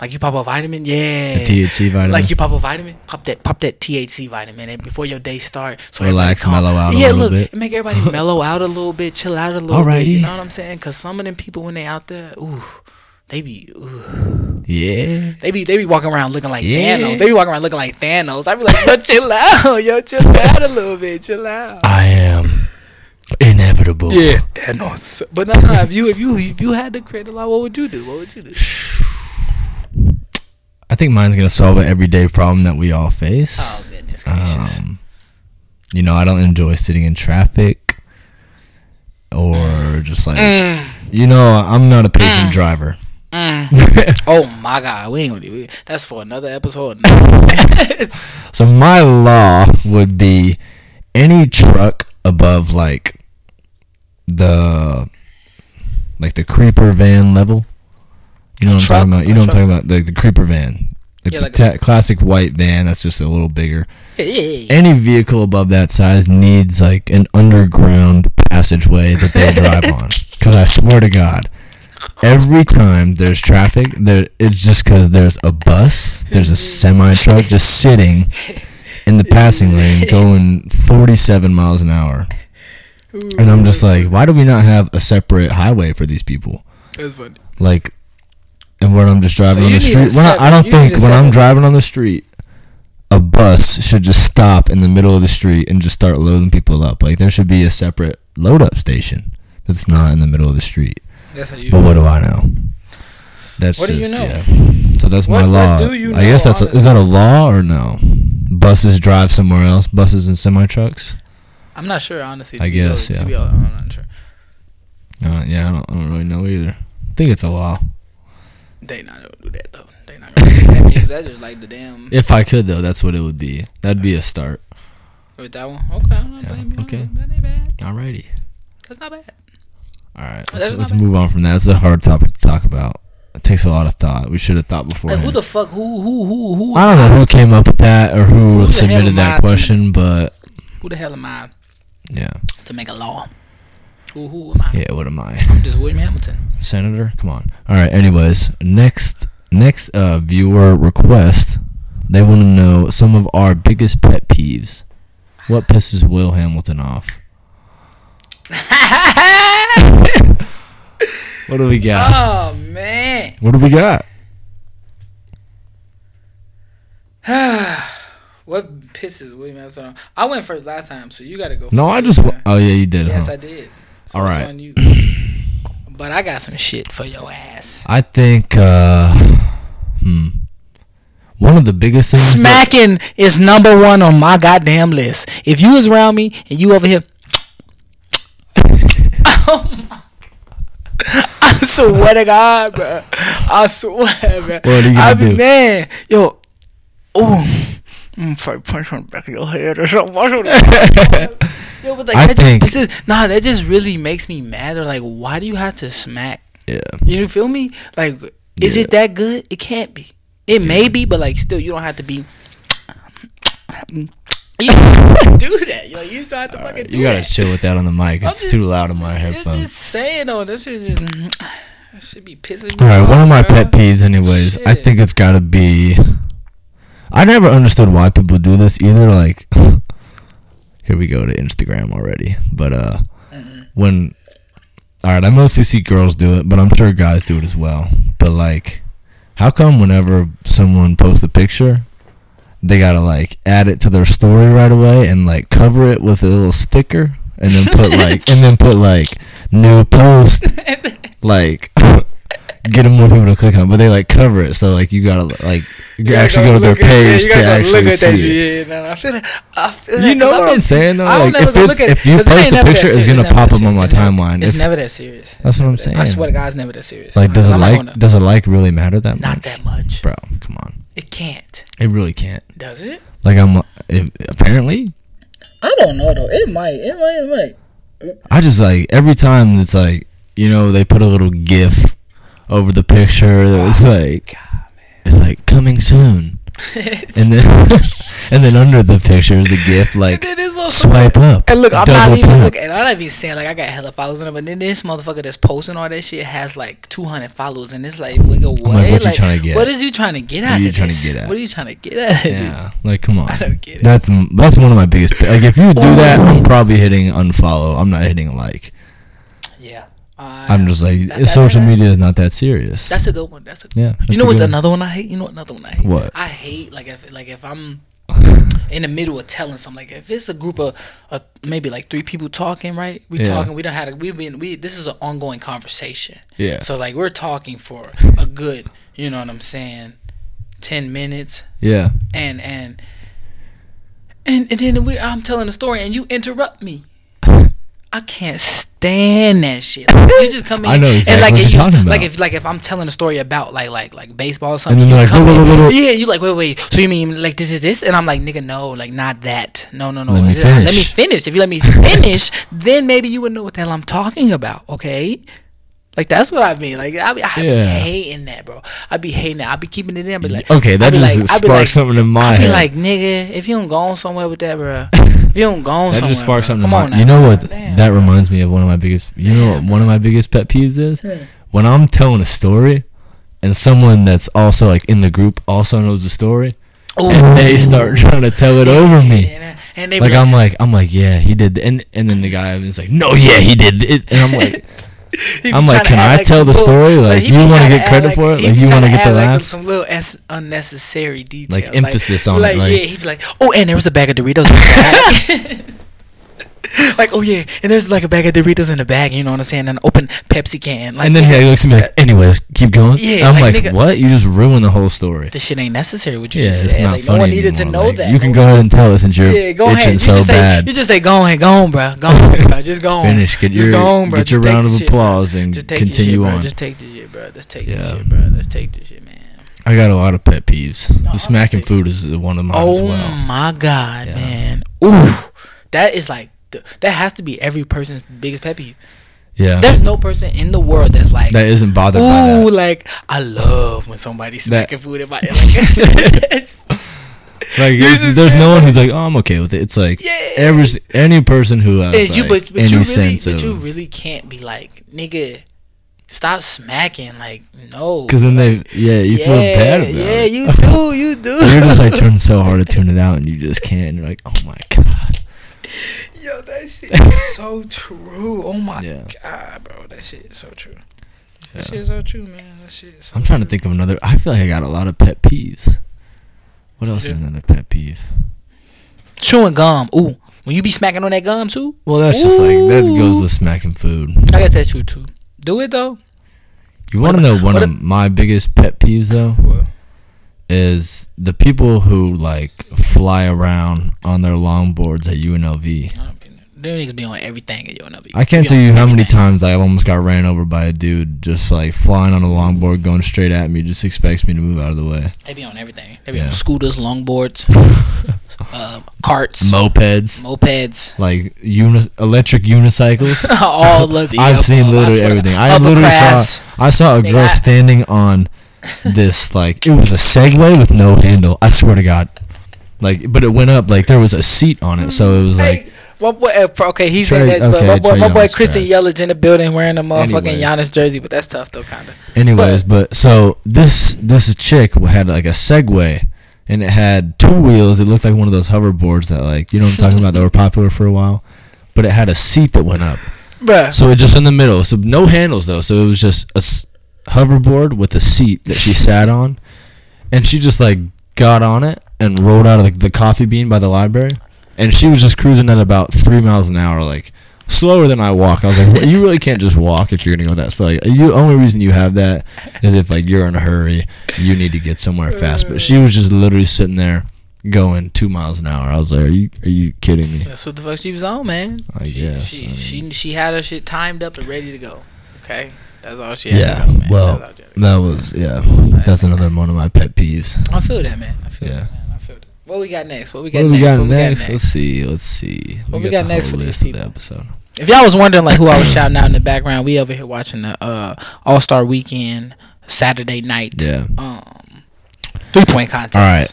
A: Like you pop a vitamin. Yeah.
C: THC vitamin.
A: Like you pop a vitamin, pop that, pop that THC vitamin in before your day start. So everybody
C: Relax,
A: calm.
C: mellow out a
A: Yeah,
C: little
A: look,
C: bit.
A: it make everybody
C: [laughs]
A: mellow out a little bit, chill out a little bit.
C: Alrighty.
A: You know what I'm saying? Because some of them people when they out there, ooh, They be ooh,
C: Yeah.
A: they be they be walking around looking like
C: Yeah.
A: Thanos. They be walking around looking like Thanos. I be like, yo, chill out, [laughs] yo, chill out a little bit, chill out.
C: I am inevitable.
A: Thanos. [laughs] But no, no, if you if you if you had to create a law, what would you do? What would you [sighs] do?
C: I think mine's gonna solve an everyday problem that we all face.
A: Oh goodness gracious.
C: Um, you know, I don't enjoy sitting in traffic or just like
A: Mm.
C: you know, I'm not a patient driver.
A: Oh my God, we ain't gonna do it. That's for another [laughs] episode.
C: So my law would be any truck above like the like the creeper van level. You know what I'm
A: Truck?
C: talking about? You
A: A
C: know what I'm
A: truck?
C: talking about? Like the creeper van. Like
A: Yeah,
C: the
A: like
C: ta- classic white van that's just a little bigger.
A: yeah,
C: Any vehicle above that size needs like an underground passageway that they drive on. Cuz I swear to god, every time there's traffic, there it's just cuz there's a bus, there's a semi truck just sitting in the passing lane going 47 miles an hour. And I'm just like, why do we not have a separate highway for these people?
A: that's funny.
C: Like, and when I'm just driving
A: So
C: on
A: you
C: the
A: need
C: street,
A: a
C: when I, I
A: separate-
C: don't
A: you need
C: think
A: a
C: when I'm
A: separate-
C: driving on the street, a bus should just stop in the middle of the street and just start loading people up. Like, there should be a separate load up station that's not in the middle of the street.
A: That's how you.
C: But what do I know? That's
A: What do you
C: just
A: know?
C: yeah. So that's my
A: What-
C: law.
A: what do you
C: I guess
A: know,
C: that's a, is that a law or no? Buses drive somewhere else. Buses and semi trucks.
A: I'm not sure, honestly.
C: I
A: to be
C: guess,
A: honest,
C: yeah.
A: To be honest, I'm not sure.
C: Uh, yeah, I don't, I don't really know either. I think it's a law.
A: They not gonna do that though. They not [laughs] gonna do that. Means that's just like the damn.
C: If I could though, that's what it would be. That'd be a start.
A: With that one, okay, I'm not
C: Yeah,
A: blaming you.
C: okay.
A: That ain't bad.
C: Alrighty.
A: That's not bad.
C: All right.
A: That's
C: Let's,
A: not
C: let's
A: bad.
C: move on from that. It's a hard topic to talk about. It takes a lot of thought. We should have thought before.
A: Like who the fuck? Who who who who?
C: I don't know who came up with that or who,
A: Who the hell
C: submitted
A: am I
C: that
A: to-
C: question, but
A: Who the hell am I
C: yeah,
A: to make a law? Who who am I?
C: yeah. What am I?
A: I'm just William Hamilton. [laughs]
C: Senator, come on. All right. Anyways, next next uh, viewer request, they want to know some of our biggest pet peeves. What pisses Will Hamilton off? What do we got?
A: oh man.
C: What do we got?
A: What pisses William Hamilton off? I went first last time, so you gotta go.
C: No,
A: first
C: I
A: this
C: just. wa-
A: time.
C: Oh yeah, you did.
A: Yes,
C: huh?
A: I did. So
C: All
A: it's
C: right.
A: on you. But I got some shit for your ass.
C: I think. Uh, hmm. One of the biggest things. that-
A: Smacking is number one on my goddamn list. If you was around me and you over here, [laughs] oh my god! I swear to God, bro. I swear, bro.
C: What are you
A: I
C: gonna do?
A: man, yo, ooh, mm, sorry, punch on the back of your head or something. I swear to God. Yo, but like,
C: I
A: that
C: think-
A: just pisses, nah, that just really makes me mad. Or like, why do you have to smack? [laughs]
C: yeah.
A: You feel me? Like, is it that good? It can't be. It may be, but like, still, you don't have to
C: [laughs]
A: be. You don't do that, yo. You just have to fucking do
C: You gotta
A: that.
C: chill with that on the mic. It's
A: just-
C: too loud on my
A: It's
C: headphones.
A: just saying though. This shit just that should be pissing me
C: All right,
A: off.
C: one of my
A: bro.
C: pet peeves, anyways. I
A: Shit.
C: think it's got to be. I never understood why people do this either. Like, [laughs] here we go to Instagram already. But uh,
A: Mm-hmm.
C: when all right, I mostly see girls do it, but I'm sure guys do it as well. But like, how come whenever someone posts a picture, they gotta like add it to their story right away and like cover it with a little sticker and then put
A: [laughs]
C: like and then put like new post like [laughs] get more people to click on, but they like cover it. So like you gotta like
A: You
C: you
A: gotta
C: actually
A: go
C: go to their
A: look at- yeah,
C: page
A: you
C: to
A: gotta go
C: actually
A: look at that.
C: see it.
A: Yeah, no, I feel it. I feel
C: You
A: that,
C: know
A: 'cause I
C: what
A: don't-
C: I'm saying? Though,
A: I don't
C: like
A: never
C: if,
A: go
C: it's,
A: look at it,
C: if you
A: 'cause it ain't
C: post a
A: never that
C: picture, it's
A: serious,
C: gonna
A: never
C: pop
A: that
C: up on my
A: serious.
C: timeline.
A: It's
C: If-
A: never that serious.
C: That's what I'm
A: Never that- I
C: saying.
A: swear to God, it's never that serious.
C: like, does a
A: I'm not
C: like
A: gonna-
C: does a like really matter that much?
A: Not that much.
C: bro. Come on,
A: It can't.
C: it really can't.
A: Does it?
C: Like I'm if, apparently,
A: I don't know though. It might. It might. It might.
C: I just like every time it's like you know they put a little GIF over the picture. that
A: Oh
C: It's like it's like coming soon, and then [laughs] and then under the picture is a GIF like
A: Then this motherfucker-
C: swipe
A: [laughs]
C: up.
A: And look, I'm
C: double
A: not even
C: tap.
A: look, and I'm not even saying like I got hella followers on it, but then this motherfucker that's posting all that shit has like 200 followers, and it's like, nigga, what?
C: what you tryna get?
A: What is you trying to get
C: What
A: out?
C: are you
A: of
C: tryna
A: this?
C: get at?
A: What are you trying to get at?
C: Yeah, like come on.
A: don't get it.
C: That's m- that's one of my biggest. Like if you do that, I'm probably hitting unfollow. I'm not hitting like.
A: yeah. Uh,
C: I'm just like
A: That- that-
C: social
A: that-
C: media is not that serious.
A: that's a good one. That's a good.
C: yeah. that's
A: you know
C: a
A: what's
C: good-
A: another one I hate? You know what another one I hate?
C: What?
A: I hate like if like if
C: [laughs]
A: I'm in the middle of telling something like if it's a group of uh, maybe like three people talking right we
C: Yeah.
A: talking we don't have we've been we this is an ongoing conversation
C: Yeah.
A: so like we're talking for a good you know what I'm saying ten minutes
C: Yeah.
A: and and and, and then we, I'm telling the story and you interrupt me. I can't stand that shit. Like, you just come in
C: [laughs] I know exactly
A: and like
C: what you're
A: you-
C: talking
A: like
C: about.
A: if like if I'm telling a story about like like like baseball or something.
C: then
A: you
C: you're like,
A: come
C: wait,
A: in,
C: wait, wait, wait.
A: Yeah, you like wait wait. So you mean like this is this? And I'm like nigga no, like not that. No no no.
C: Let me
A: Is it- Let me,
C: finish.
A: finish. If you let me finish, [laughs] then maybe you would know what the hell I'm talking about. Okay. Like that's what I mean. Like I be, I
C: Yeah. oh,
A: be hating that, bro. I be hating that. I be keeping it in. I be like,
C: Okay, that
A: I be
C: just
A: like- I be
C: sparked
A: like-
C: something in my
A: I be
C: head.
A: like, nigga, if you don't go on somewhere with that, bro, if you don't go on
C: that
A: somewhere,
C: just sparked
A: bruh,
C: something
A: come
C: in my.
A: on now,
C: You know
A: bruh,
C: what?
A: damn,
C: that
A: bruh.
C: reminds me of one of my biggest. You know what? One of my biggest pet peeves is when I'm telling a story, and someone that's also like in the group also knows the story,
A: Ooh.
C: and they start [laughs] trying to tell it over me.
A: And, uh, and they be
C: Like
A: like,
C: I'm like I'm like yeah he did th- and and then the guy is like no yeah he did it and
A: [laughs]
C: I'm like
A: he be
C: I'm like,
A: tryna
C: can
A: add,
C: I tell
A: some
C: the
A: bull-
C: story?
A: but
C: Like,
A: he
C: you
A: be
C: wanna
A: tryna
C: get
A: add,
C: credit for it?
A: he
C: Like,
A: be
C: you wanna
A: tryna
C: get the
A: add, like,
C: laughs?
A: Some little es- unnecessary details,
C: emphasis on it,
A: like,
C: like-
A: yeah, he's like, oh, and there was a bag of Doritos. in the bag. [laughs] Like oh yeah, and there's like a bag of Doritos in the bag, you know what I'm saying? An open Pepsi can, like
C: and then he looks at me like anyways keep going
A: Yeah,
C: I'm
A: like,
C: like,
A: nigga-
C: what you just ruined the whole story
A: this shit ain't necessary. What you
C: yeah
A: just
C: it's
A: said,
C: not
A: like
C: funny
A: no one needed to
C: anymore.
A: know
C: Like,
A: that.
C: you can go ahead and tell us and you're
A: Yeah, go ahead.
C: itching
A: You
C: so
A: just
C: bad
A: say you just say go ahead, go on, bro, go on,
C: [laughs]
A: bro, just go on.
C: finish get
A: just
C: your
A: go on, bro.
C: get your
A: Just take
C: round
A: the
C: of
A: shit, bro.
C: applause and
A: Just take this
C: continue
A: shit, bro.
C: on
A: Just take this shit, bro. Let's take this
C: Yeah.
A: shit, bro. Let's take this shit, man.
C: I got a lot of pet peeves the smacking food is one of mine as
A: Oh
C: well
A: my god,
C: Yeah.
A: man. Ooh, that is like the, that has to be every person's biggest pet peeve.
C: yeah
A: There's no person in the world that's like.
C: that isn't bothered by
A: Ooh,
C: that
A: like I love when somebody
C: That-
A: smacking food in
C: [laughs]
A: my like, [laughs]
C: like there's, there's no one who's like oh I'm okay with it it's like
A: Yeah.
C: every s- any person who has
A: And you,
C: like,
A: but, but
C: any
A: you really,
C: sense
A: but you
C: of
A: really can't be like, nigga, stop smacking. Like, no,
C: because then they yeah you feel bad about
A: yeah,
C: it.
A: you do, you do.
C: [laughs] You're just like trying so hard to tune it out, and you just can't. You're like, oh my god.
A: [laughs] Yo, that shit is so true. Oh my
C: Yeah.
A: god, bro, that shit is so true.
C: Yeah.
A: That shit is so true, man. That shit is so
C: I'm trying to think of another. I feel like I got a lot of pet peeves. What else is another pet peeve?
A: chewing gum. Ooh, when you be smacking on that gum too,
C: Well, that's just like that
A: Ooh.
C: goes with smacking food.
A: I guess that's true too. Do it though.
C: You want to
A: about-
C: know one
A: what
C: of my biggest pet peeves though
A: What?
C: is the people who like fly around on their longboards at UNLV.
A: Them niggas be on everything at UNLV.
C: I can't
A: Be
C: tell
A: on
C: you how many
A: everything.
C: times I almost got ran over by a dude just like flying on a longboard, going straight at me, just expects me to move out of the way.
A: They be on everything. They be
C: Yeah.
A: on scooters,
C: [laughs]
A: longboards, um, carts,
C: Mopeds,
A: mopeds. [laughs]
C: like uni- electric unicycles.
A: all of the
C: I've
A: above,
C: seen literally
A: swear to
C: everything. I
A: God.
C: literally
A: Hovercrafts.
C: saw I saw a
A: They
C: girl
A: got-
C: standing on this like it was a Segway with no handle. I swear to God, like but it went up like there was a seat on it, so it was like
A: Hey, my boy, uh, pro- okay, he
C: Trey-
A: said that, but
C: okay,
A: my boy,
C: Trey
A: my boy
C: Young's
A: Christian Yelich in the building wearing a motherfucking
C: Anyways.
A: Giannis jersey, but that's tough though, kinda.
C: anyways. But so this this chick had like a Segway. And it had two wheels. It looked like one of those hoverboards that, like, you know what I'm talking about, that were popular for a while. But it had a seat that went up.
A: Bruh,
C: So it just in the middle. So no handles though. So it was just a s- hoverboard with a seat that she sat on, and she just like got on it and rolled out of like the coffee bean by the library, and she was just cruising at about three miles an hour, like slower than I walk. I was like, well, you really can't just walk if you're gonna go that slow. Like, you only reason you have that is if like you're in a hurry, you need to get somewhere fast. But she was just literally sitting there going two miles an hour. I was like, are you are you kidding me?
A: that's what the fuck she was on, man.
C: I
A: she,
C: guess,
A: she,
C: I mean-
A: she she had her shit timed up and ready to go. Okay, that's all she had. to
C: Yeah,
A: go, man. That's
C: well,
A: all she had to
C: that was yeah. That's another one of my pet peeves.
A: go. I feel that, man. I feel
C: Yeah.
A: that, man. I feel that. What we got next? What we
C: What
A: got
C: do we
A: next?
C: got
A: What we got
C: next? Let's see. Let's see.
A: What we got
C: the
A: next
C: whole
A: for these
C: list of the
A: people?
C: episode.
A: If y'all was wondering like who I was shouting out in the background, we over here watching the uh, All Star Weekend Saturday night.
C: Yeah.
A: Um, three point contest.
C: All right.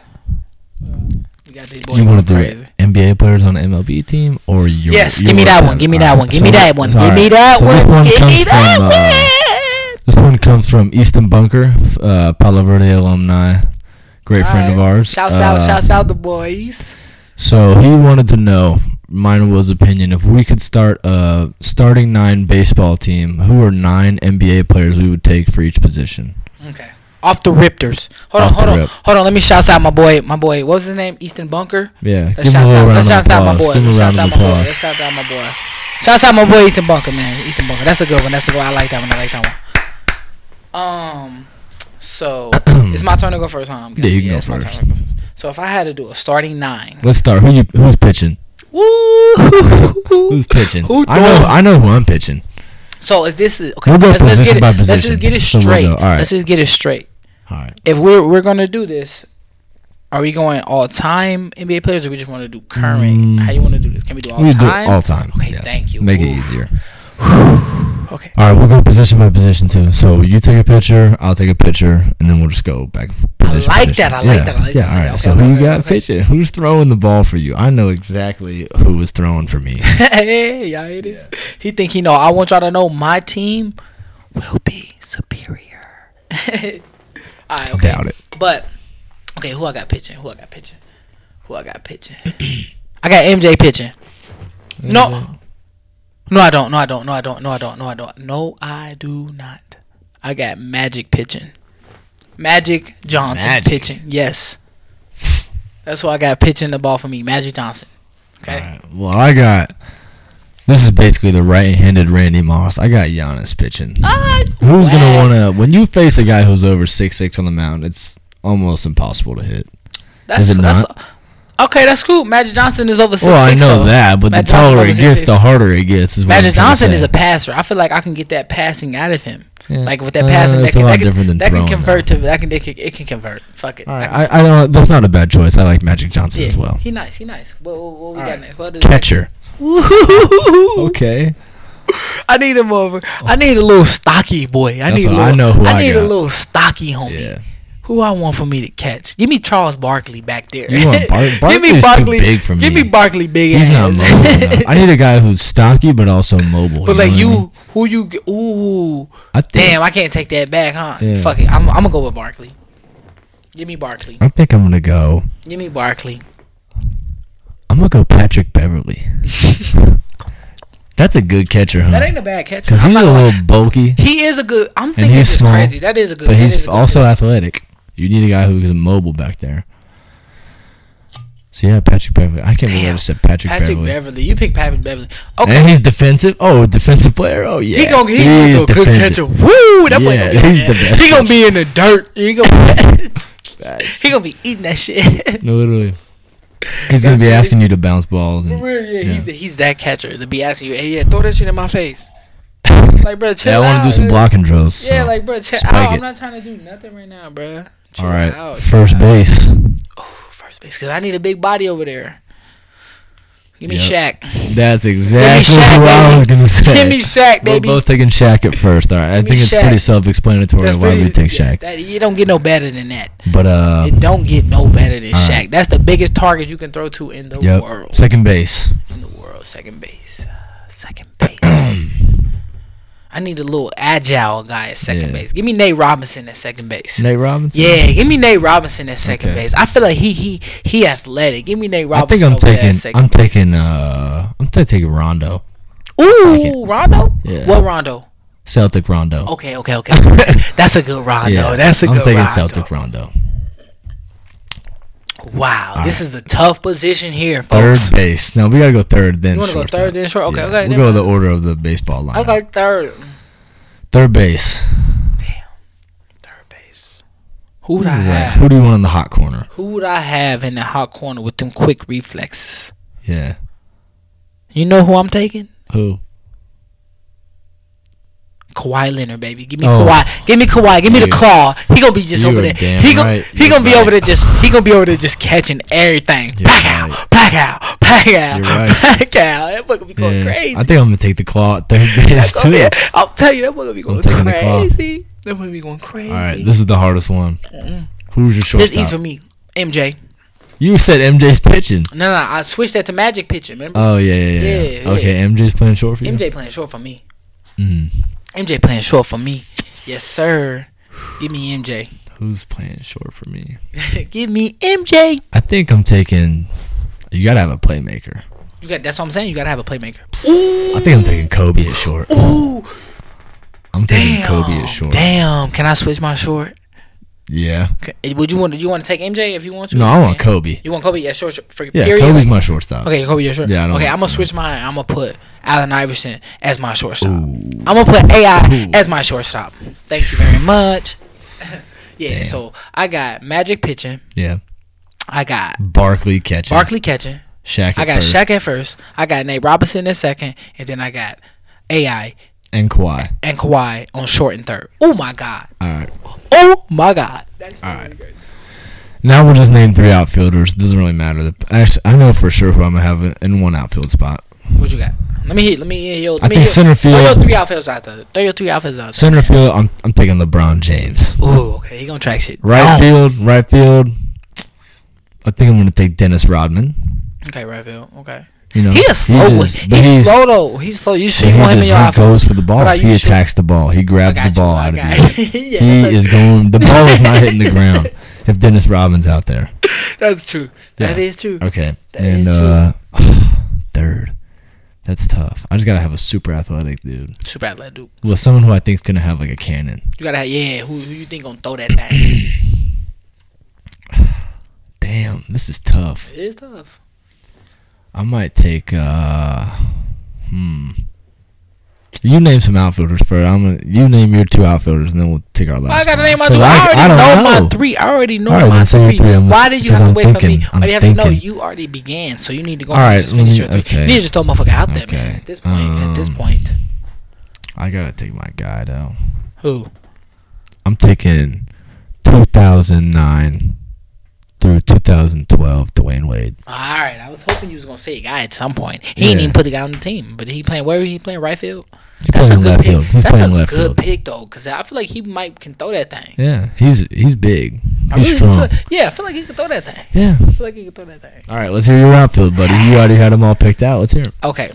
A: We got this boy
C: You
A: going
C: want to do
A: crazy.
C: it? NBA players on an MLB team or your?
A: Yes, give me
C: your
A: that
C: fan?
A: one. Give me
C: All
A: that
C: right,
A: one. Give
C: so
A: me
C: what-
A: that one.
C: all
A: Give me
C: right,
A: that
C: so
A: one.
C: This one
A: Give
C: comes
A: me that
C: from. uh,
A: one.
C: This one comes from Easton Bunker, f- uh, Palo Verde alumni, great friend of
A: All right.
C: ours.
A: Shouts out,
C: Uh,
A: shouts out the boys.
C: So he wanted to know mine and Will's opinion, if we could start a starting nine baseball team, who are nine NBA players we would take for each position?
A: Okay. Off the Riptors. Hold
C: Off
A: on, hold
C: the
A: on,
C: rip.
A: hold on. Let me shout out my boy, my boy. What was his name? Easton Bunker.
C: Yeah,
A: Let's
C: give him a
A: Uh, shout
C: little
A: out.
C: round
A: Let's
C: of
A: shout out my
C: applause.
A: boy.
C: Give him a
A: Let's
C: round
A: shout out
C: of
A: my boy.
C: applause.
A: Let's shout out my boy. Shout out my boy Easton Bunker, man. Easton Bunker. That's a good one. That's a good one. I like that one. I like that one. Um.
C: [clears throat]
A: So it's my turn to go first, huh? I'm
C: Yeah,
A: guessing.
C: you can go
A: it's my turn to
C: first.
A: first. So if I had to do a starting nine,
C: Let's start. Who you? Who's pitching?
A: woo!
C: Who's pitching?
A: Who
C: I know.
A: thought?
C: I know who I'm pitching.
A: So is this okay?
C: We'll go
A: let's, let's
C: position
A: get it,
C: by
A: Let's
C: position.
A: just get it
C: So we'll go.
A: straight.
C: All right.
A: Let's just get it straight.
C: All right.
A: If we're we're gonna do this, are we going all time NBA players, or we just want to do current?
C: Mm.
A: How you want to do this? Can we do all
C: We do
A: time?
C: all time.
A: Okay,
C: Yeah.
A: thank you.
C: Make it
A: Ooh,
C: easier.
A: [sighs] Okay.
C: All right, we'll go position by position too. So you take a picture, I'll take a picture, and then we'll just go back f- position.
A: like
C: position.
A: that, I like
C: yeah.
A: that, I like
C: yeah.
A: that.
C: All right.
A: Okay,
C: so
A: okay,
C: who you
A: okay,
C: got
A: okay.
C: pitching? Who's throwing the ball for you? I know exactly who was throwing for me.
A: hey, yeah, it is. He think he know. I want y'all to know my team will be [laughs] superior. all right. [laughs] Okay.
C: Doubt it.
A: But okay, who I got pitching? Who I got pitching? Who I got pitching? [clears throat] I got MJ pitching. No. No, I don't. No, I don't. No, I don't. No, I don't. No, I don't. No, I do not. I got Magic pitching. Magic Johnson
C: Magic.
A: pitching. Yes. That's why I got pitching the ball for me. Magic Johnson. Okay.
C: Alright, Well, I got. This is basically the right-handed Randy Moss. I got Giannis pitching. Who's gonna
A: Wow.
C: want to? When you face a guy who's over six six on the mound, it's almost impossible to hit.
A: That's,
C: Is it
A: that's okay. That's cool. Magic Johnson is over six.
C: well, I
A: six,
C: know
A: though.
C: that, but
A: Magic
C: the taller
A: Johnson
C: it
A: is
C: gets,
A: 6'6".
C: the harder it gets. Is what I'm
A: Magic
C: trying to
A: Johnson
C: say.
A: is a passer. I feel like I can get that passing out of him.
C: Yeah.
A: Like with that
C: Uh,
A: passing, that
C: it's a
A: can,
C: lot
A: that can,
C: different than
A: that can
C: throwing,
A: convert to that can, it can it can convert. Fuck it.
C: All
A: I
C: right,
A: can-
C: I, I don't. That's not a bad choice. I like Magic Johnson
A: yeah.
C: as well.
A: He nice. He nice. What, what, what we got next? What is
C: Catcher.
A: Woo-hoo-hoo-hoo-hoo.
C: Okay.
A: I need a motherfucker. I need a little stocky boy. I
C: That's
A: need. A
C: what
A: little,
C: I know who I
A: need a
C: got.
A: little stocky homie.
C: Yeah.
A: Who I want for me to catch? Give me Charles Barkley back there.
C: You want Bar-
A: [laughs]
C: Barkley's too big for
A: Give
C: me.
A: me Barkley big
C: He's not
A: ass.
C: mobile. enough. I need a guy who's stocky but also
A: [laughs]
C: mobile.
A: But like
C: know what I mean?
A: you, who you? g- Ooh,
C: I think,
A: damn! I can't take that back, huh?
C: Yeah.
A: Fuck it. I'm, I'm gonna go with Barkley. Give me Barkley.
C: I think I'm gonna go.
A: Give me Barkley.
C: I'm gonna go Patrick [laughs] Beverly. That's a good catcher,
A: That
C: huh?
A: ain't a bad catch.
C: Because
A: I'm
C: he's
A: not
C: a
A: gonna-
C: little bulky,
A: He is a good. I'm thinking
C: he's
A: this is
C: small,
A: crazy. That is a good.
C: but
A: that is a
C: he's
A: good
C: also athletic. You need a guy who's mobile back there. So yeah, Patrick Beverly. I can't believe I
A: Damn.
C: just said Patrick,
A: Patrick
C: Beverly.
A: Beverly. You pick Patrick Beverly. Okay.
C: And he's defensive. Oh, defensive player. Oh yeah,
A: He gonna he is a good catcher. Woo! That boy
C: Yeah,
A: gonna be,
C: he's the best
A: He gonna be in the dirt. He gonna
C: [laughs]
A: he gonna be eating that shit. [laughs]
C: No, literally. He's gonna be asking you to bounce balls.
A: For
C: And,
A: real, yeah,
C: Yeah.
A: He's, he's that catcher to be asking you, hey, yeah, throw that shit in my face. [laughs] Like, bro, chill
C: yeah, I
A: out.
C: want to do some
A: dude.
C: blocking drills.
A: Yeah,
C: so.
A: like, bro, chill
C: spike
A: out.
C: it.
A: I'm not trying to do nothing right now, bro. Chill
C: all right,
A: out.
C: first base.
A: Ooh, first base, because I need a big body over there. Give me
C: Yep.
A: Shaq.
C: That's exactly
A: Shaq,
C: who I
A: baby.
C: was gonna say.
A: Give me Shaq,
C: We're
A: baby.
C: both taking Shaq at first. All right, I
A: Give me
C: think it's
A: Shaq.
C: pretty self-explanatory why we take
A: yes,
C: Shaq.
A: that- you don't get no better than that.
C: But uh,
A: It don't get no better than
C: All
A: Shaq.
C: right.
A: That's the biggest target you can throw to in the
C: yep.
A: world.
C: Second base.
A: in the world, second base, Uh, second
C: [clears throat]
A: base. I need a little agile guy at second
C: Yeah.
A: base. Give me Nate Robinson at second base.
C: Nate Robinson.
A: Yeah, give me Nate Robinson at second
C: Okay.
A: base. I feel like he he he athletic. Give me Nate
C: I think
A: Robinson.
C: I'm
A: over there at
C: taking.
A: second
C: I'm
A: base.
C: taking. Uh, I'm t- taking Rondo.
A: Ooh,
C: second.
A: Rondo.
C: Yeah.
A: What Rondo?
C: Celtic Rondo.
A: Okay, okay, okay. [laughs] okay. that's a good Rondo. Oh, That's a
C: I'm
A: good
C: taking
A: Rondo.
C: Celtic Rondo.
A: Wow, this is a tough position here,
C: Third
A: folks.
C: base. No, we gotta go third then.
A: You want to go
C: shortstop.
A: third then short? Okay,
C: Yeah,
A: okay.
C: We'll
A: never
C: go
A: mind.
C: the order of the baseball line.
A: I like third.
C: Third base.
A: Third base. Who would I
C: This is like,
A: have?
C: who do you want in the hot corner?
A: Who would I have in the hot corner with them quick reflexes?
C: Yeah.
A: You know who I'm taking?
C: Who?
A: Kawhi Leonard, baby. Give me
C: Oh.
A: Kawhi. Give me Kawhi. Give me
C: You-
A: the claw. He gonna be just
C: you
A: over
C: are
A: there.
C: damn
A: He gonna
C: right.
A: he
C: You're
A: gonna be
C: right.
A: over there just he gonna be over there just catching everything.
C: You're
A: Pack out,
C: right.
A: pack out, pack out,
C: You're right.
A: [laughs] pack out. That boy gonna be going
C: Yeah.
A: crazy.
C: I think I'm gonna take the claw
A: [laughs]
C: at third base
A: That's gonna
C: too.
A: be, I'll tell you that boy gonna be going
C: taking the claw.
A: crazy. That boy be going crazy.
C: All right, this is the hardest one. Who's your
A: this
C: shortstop?
A: easy for me. MJ.
C: You said MJ's pitching.
A: No, no, I switched that to Magic Pitcher. Remember?
C: Oh yeah, yeah, yeah.
A: Yeah, yeah.
C: okay, MJ's playing short for you.
A: MJ playing short for me.
C: Mm.
A: MJ playing short for me. Yes, sir. Give me MJ.
C: Who's playing short for me?
A: Give me MJ.
C: I think I'm taking. You gotta have a playmaker.
A: You got that's what I'm saying. You gotta have a playmaker.
C: I think I'm taking Kobe at short.
A: Ooh,
C: I'm taking
A: damn.
C: Kobe at short.
A: Damn, can I switch my short?
C: Yeah.
A: Okay, Would you want? Do you want to take MJ if you want to?
C: No, I
A: You
C: want
A: can.
C: Kobe.
A: You want Kobe? Yeah, sure. sure for
C: Yeah,
A: period.
C: Kobe's my shortstop.
A: okay, Kobe, yeah, sure.
C: Yeah, I don't
A: okay,
C: want-
A: I'm gonna switch mine. I'm gonna put Allen Iverson as my shortstop. I'm gonna put AI as my shortstop. Thank you very
C: [laughs]
A: much. yeah.
C: Damn.
A: So I got Magic pitching.
C: Yeah.
A: I got
C: Barkley catching.
A: Barkley catching.
C: Shaq. At
A: I got
C: Mm. first,
A: Shaq at first. I got Nate Robinson at second, and then I got AI
C: and Kawhi.
A: and Kawhi on short and third. Oh my god.
C: All right.
A: Oh my god.
C: All right. Now we'll just name three outfielders. Doesn't really matter. The- Actually, I know for sure who I'm gonna have in one outfield spot.
A: What you got? Let me hear. Let me hear. Your, let
C: I
A: me
C: think
A: hear-
C: center
A: Throw your
C: field-
A: three outfields out there. Throw your three outfields out
C: Center field, I'm I'm taking LeBron James.
A: there. Ooh, okay. He gonna track shit.
C: Right
A: Oh.
C: field, right field. I think I'm gonna take Dennis Rodman.
A: Okay, right field. Okay.
C: You know,
A: He a slow. one.
C: just- but
A: he's, slow though. He's slow. You should
C: he
A: want him in
C: just
A: your
C: he
A: outfield.
C: goes for the ball.
A: What are
C: He
A: you shooting?
C: attacks the ball. He
A: I
C: grabs
A: got
C: the ball
A: you.
C: out of
A: I
C: you.
A: got you. [laughs] yeah,
C: He
A: that's,
C: is going. The ball is not
A: [laughs]
C: hitting the ground if Dennis Rodman's out there.
A: that's true. That
C: Yeah.
A: is true.
C: Okay.
A: That is
C: and
A: true.
C: uh [sighs] third. That's tough. I just gotta have a super athletic dude.
A: Super athletic dude.
C: Well, someone who I think's gonna have like a cannon.
A: You gotta have yeah. Who who you think gonna throw that thing?
C: Damn, this is tough.
A: it is tough.
C: I might take uh hmm. You name some outfielders first. I'm gonna you name your two outfielders and then we'll take our last.
A: I gotta
C: one.
A: name my
C: 'Cause
A: three. I, already
C: don't
A: know, my three. I already know
C: All right,
A: my
C: then say your
A: three.
C: three. I'm
A: Why
C: just-
A: did you
C: 'cause
A: have to
C: I'm
A: wait
C: thinking.
A: for me? Why do you have
C: I'm
A: to know?
C: thinking.
A: You already began, so you need to go
C: All
A: and
C: right,
A: just finish
C: mm,
A: your three.
C: okay.
A: You need to just throw a motherfucker out there,
C: Okay.
A: man. At this point, at this
C: Um,
A: point,
C: I gotta take my guy though.
A: who?
C: I'm taking 2009 through 2012 Dwayne Wade.
A: All right, I was hoping you was gonna say a guy at some point. He ain't
C: Yeah.
A: even put the guy on the team, but he playing where? He playing right field.
C: He's
A: That's a
C: playing
A: good
C: left
A: pick.
C: field. He's
A: That's a
C: playing left
A: good
C: field.
A: pick though, because I feel like he might can throw that thing.
C: Yeah, he's he's big.
A: I
C: He's
A: really feel
C: strong.
A: like- [laughs] yeah, I feel like he can throw that thing.
C: Yeah.
A: I feel like he can throw that thing.
C: All right, let's hear your outfield, buddy. You already had them all picked out. Let's hear them.
A: Okay,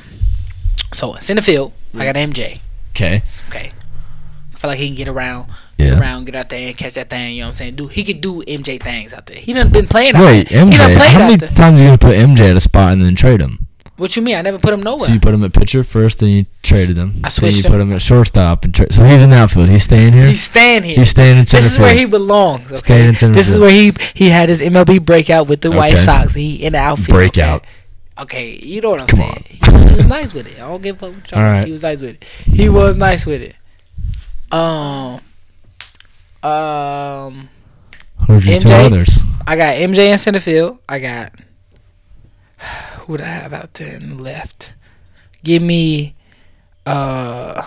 A: so it's in the field. I got MJ.
C: Okay.
A: Okay. I feel like he can get around,
C: Yeah.
A: get around, get out there and catch that thing. You know what I'm saying? Do he could do MJ things out there? He done been playing. Out
C: Wait,
A: there. He
C: MJ.
A: done played
C: How
A: out
C: many
A: there.
C: times are you gonna put MJ at a spot and then trade him?
A: What you mean? I never put him nowhere.
C: So you put him at pitcher first, then you traded him.
A: I
C: Then you
A: switched
C: put him at shortstop and tra- so he's in the outfield. He's staying here.
A: He's staying here.
C: He's staying in center
A: this is where
C: field.
A: he belongs.
C: Staying
A: Okay.
C: in center
A: This is
C: field.
A: where he he had his MLB breakout with the White
C: Okay.
A: Sox. He in the outfield.
C: Breakout.
A: Okay. okay, you know what I'm
C: Come
A: saying.
C: on.
A: He, was- he was nice with it. I don't give a fuck what y'all
C: All
A: think.
C: right.
A: He was nice with it. He was nice with it. Um. Um.
C: Who's your two
A: MJ?
C: others?
A: I got MJ in center field. I got [sighs] who would I have out there in the left? Give me uh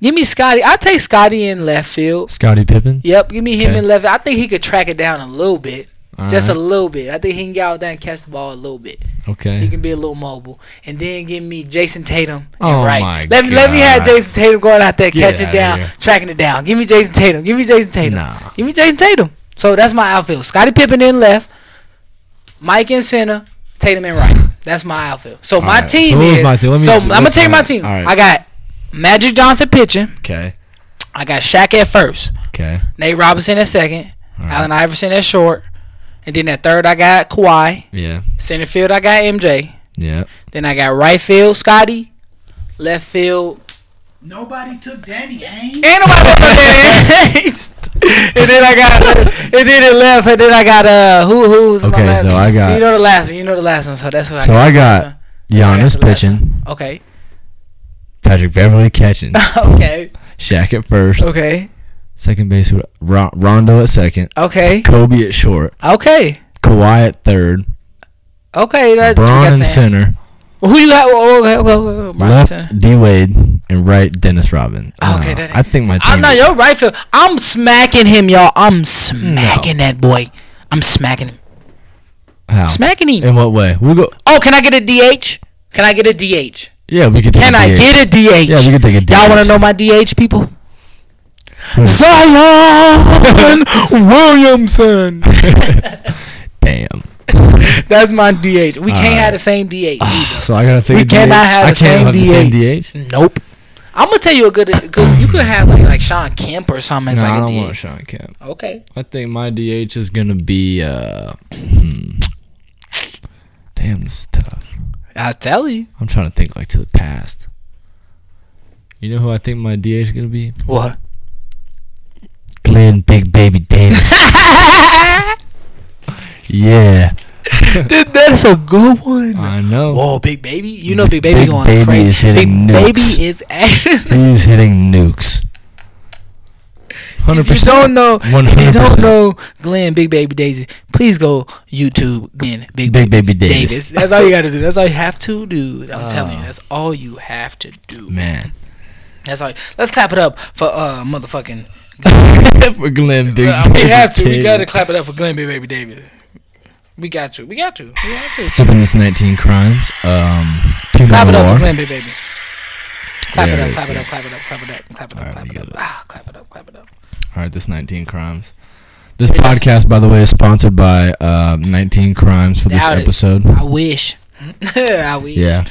A: Give me Scotty. I take Scotty in left field.
C: Scotty Pippen.
A: Yep, give me him
C: Okay. Uh-huh.
A: in left. I think he could track it down a little bit.
C: All
A: just
C: right.
A: a little bit. I think he can get out there and catch the ball a little bit. He
C: okay.
A: can be a little mobile. And then give me Jason Tatum. and
C: Oh
A: right.
C: my
A: let me let me have
C: God.
A: Jason Tatum going out there,
C: Get
A: catching
C: outta
A: down,
C: here.
A: tracking it down. Give me Jason Tatum. Give me Jason Tatum.
C: Nah.
A: Give me Jason Tatum. So that's my outfield. Scottie Pippen in left, Mike in center, Tatum in right. That's my outfield. So my
C: right.
A: team
C: So what was
A: is.
C: my team? Let me-
A: so I'm gonna
C: let's
A: tell you my
C: find-
A: team.
C: all right.
A: I got Magic Johnson pitching.
C: Okay.
A: I got Shaq at first,
C: Okay.
A: Nate Robinson at second,
C: All right.
A: Allen Iverson at short, and then at third I got Kawhi.
C: Yeah.
A: Center field I got MJ.
C: Yeah.
A: Then I got right field, Scotty. Left field.
E: Nobody took Danny Ainge.
A: And nobody put no damn ace. [laughs] And then I got and then it left and then I got uh who who's
C: Okay,
A: last-
C: so I got-
A: you know the last one, you know the last one, so that's what
C: So
A: I
C: I
A: got.
C: got
A: So I got
C: Giannis
A: the last
C: pitching.
A: one. Okay. [laughs]
C: Patrick Beverly catching.
A: okay.
C: Shaq at first.
A: Okay.
C: Second base with Ron- Rondo at second.
A: Okay.
C: Kobe at short.
A: Okay.
C: Kawhi at third.
A: Okay. That's what
C: Braun
A: I'm
C: in
A: saying.
C: center.
A: Who you got? Oh, okay, okay, okay, okay. Braun in center.
C: Left D Wade and right Dennis Rodman.
A: Okay,
C: Uh,
A: that-
C: I think my team.
A: I'm not your right field. I'm smacking him, y'all. I'm smacking that boy. I'm smacking him.
C: How?
A: Smacking him.
C: In what way? We'll go.
A: Oh, can I get a DH? Can I get a DH?
C: Yeah, we could. Take
A: Can
C: a
A: I
C: DH.
A: get a DH?
C: Yeah, we could take a DH.
A: Y'all want to
C: [laughs]
A: know my DH people?
C: Hmm. [laughs]
A: Zion Williamson.
C: Damn.
A: That's my DH. We can't
C: Alright.
A: have the same DH. either.
C: So I gotta figure.
A: we cannot have,
C: I
A: the, same
C: can't have
A: DH.
C: the same DH.
A: Nope. I'm gonna tell you a good. a good you could have like like Sean Kemp or something as
C: No, I
A: like a
C: don't
A: DH.
C: want Sean Kemp.
A: Okay.
C: I think my DH is gonna be. Uh, hmm. Damn, this is tough.
A: I tell you.
C: I'm trying to think like to the past. You know who I think my DH is gonna be?
A: What?
C: Glenn Big Baby [laughs] Davis. yeah,
A: Dude, that's a good one.
C: I know.
A: Whoa, Big Baby. You know Big Baby
C: Big
A: going
C: Baby
A: crazy.
C: is hitting
A: Big Baby
C: nukes.
A: is [laughs] actually.
C: He's hitting nukes. Hundred
A: If you don't know, if you
C: 100%.
A: don't know Glenn Big Baby Daisy, please go YouTube Glenn Big,
C: Big Baby
A: Davis.
C: Davis.
A: That's all you got to do. That's all you have to do. I'm telling you,
C: Ah.
A: that's all you have to do.
C: [laughs] Man,
A: That's all. Let's clap it up for uh [laughs] motherfucking.
C: for Glenn Big
A: Uh, we
C: Baby
A: have to. We
C: Davis.
A: gotta clap it up for Glenn Big Baby Davis. We got to. We got to. We got to.
C: Sipping this 19 crimes. Um, Pinot
A: Clap it up
C: Noir.
A: for Glenn Big Baby. Clap
C: There
A: it
C: it
A: up.
C: is,
A: Clap it
C: yeah.
A: up. Clap it up. Clap it up. Clap it
C: All
A: up.
C: right,
A: Clap
C: we
A: it
C: got
A: up.
C: it.
A: Ah, clap it up. Clap it up.
C: All right, this 19 crimes. This podcast, by the way, is sponsored by uh, 19 crimes for this
A: Doubt it.
C: episode.
A: I wish. [laughs] I wish.
C: Yeah,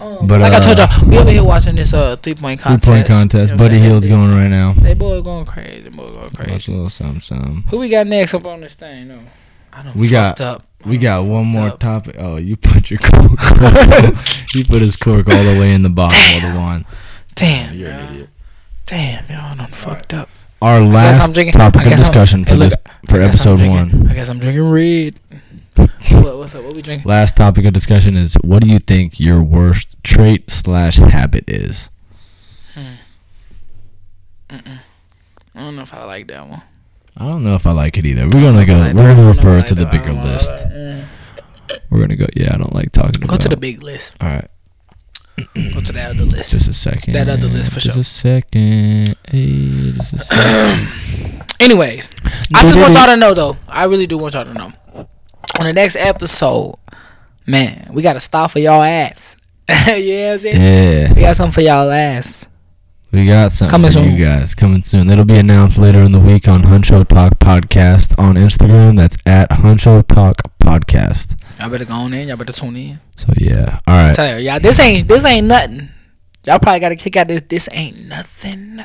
A: Um,
C: But,
A: like I told
C: uh,
A: y'all, we over here watching this uh three point
C: three
A: contest.
C: point contest.
A: You know what
C: Buddy
A: I'm saying?
C: Hill's going right now.
A: They boy going crazy. Boy going
C: Watch
A: crazy.
C: a little something, something.
A: Who we got next up on this thing? No, I don't.
C: We got-
A: up.
C: We got one more
A: up.
C: topic. Oh, you put your [laughs] cork. you put his cork all the way in the bottom of the wine.
A: Damn,
C: You're an idiot.
A: damn, y'all done fucked up.
C: Our
A: guess
C: last
A: I'm drinking- I
C: topic of
A: guess I'm-
C: discussion for
A: hey, look,
C: this for
A: I guess I'm
C: episode
A: drinking-
C: one.
A: I guess I'm drinking
C: [laughs]
A: red. what, what's up? What we drinking?
C: Last topic of discussion is: What do you think your worst trait slash habit is?
A: I don't know if I like that one.
C: I don't know if I like it either. We're gonna go. We're gonna refer to the bigger list. We're gonna go. Yeah, I don't like talking.
A: Go
C: about,
A: to the big list.
C: All right,
A: Go to the other list.
C: just a second.
A: That other list for
C: just
A: sure.
C: a second. Hey,
A: [coughs]
C: just a second.
A: Anyways, I just want y'all to know though. I really do want y'all to know. On the next episode, man, we got a star for y'all ass. [laughs] you know what I'm saying?
C: Yeah,
A: We got something for y'all ass.
C: we got something
A: Coming
C: for
A: soon.
C: you guys coming soon. That'll be announced later in the week on Huncho Talk Podcast on Instagram. That's at Huncho Talk Podcast.
A: Y'all better go on in. Y'all better tune in.
C: So yeah, all right.
A: Tell her, y'all, this ain't this ain't nothing. Y'all probably got to kick out this. This ain't nothing.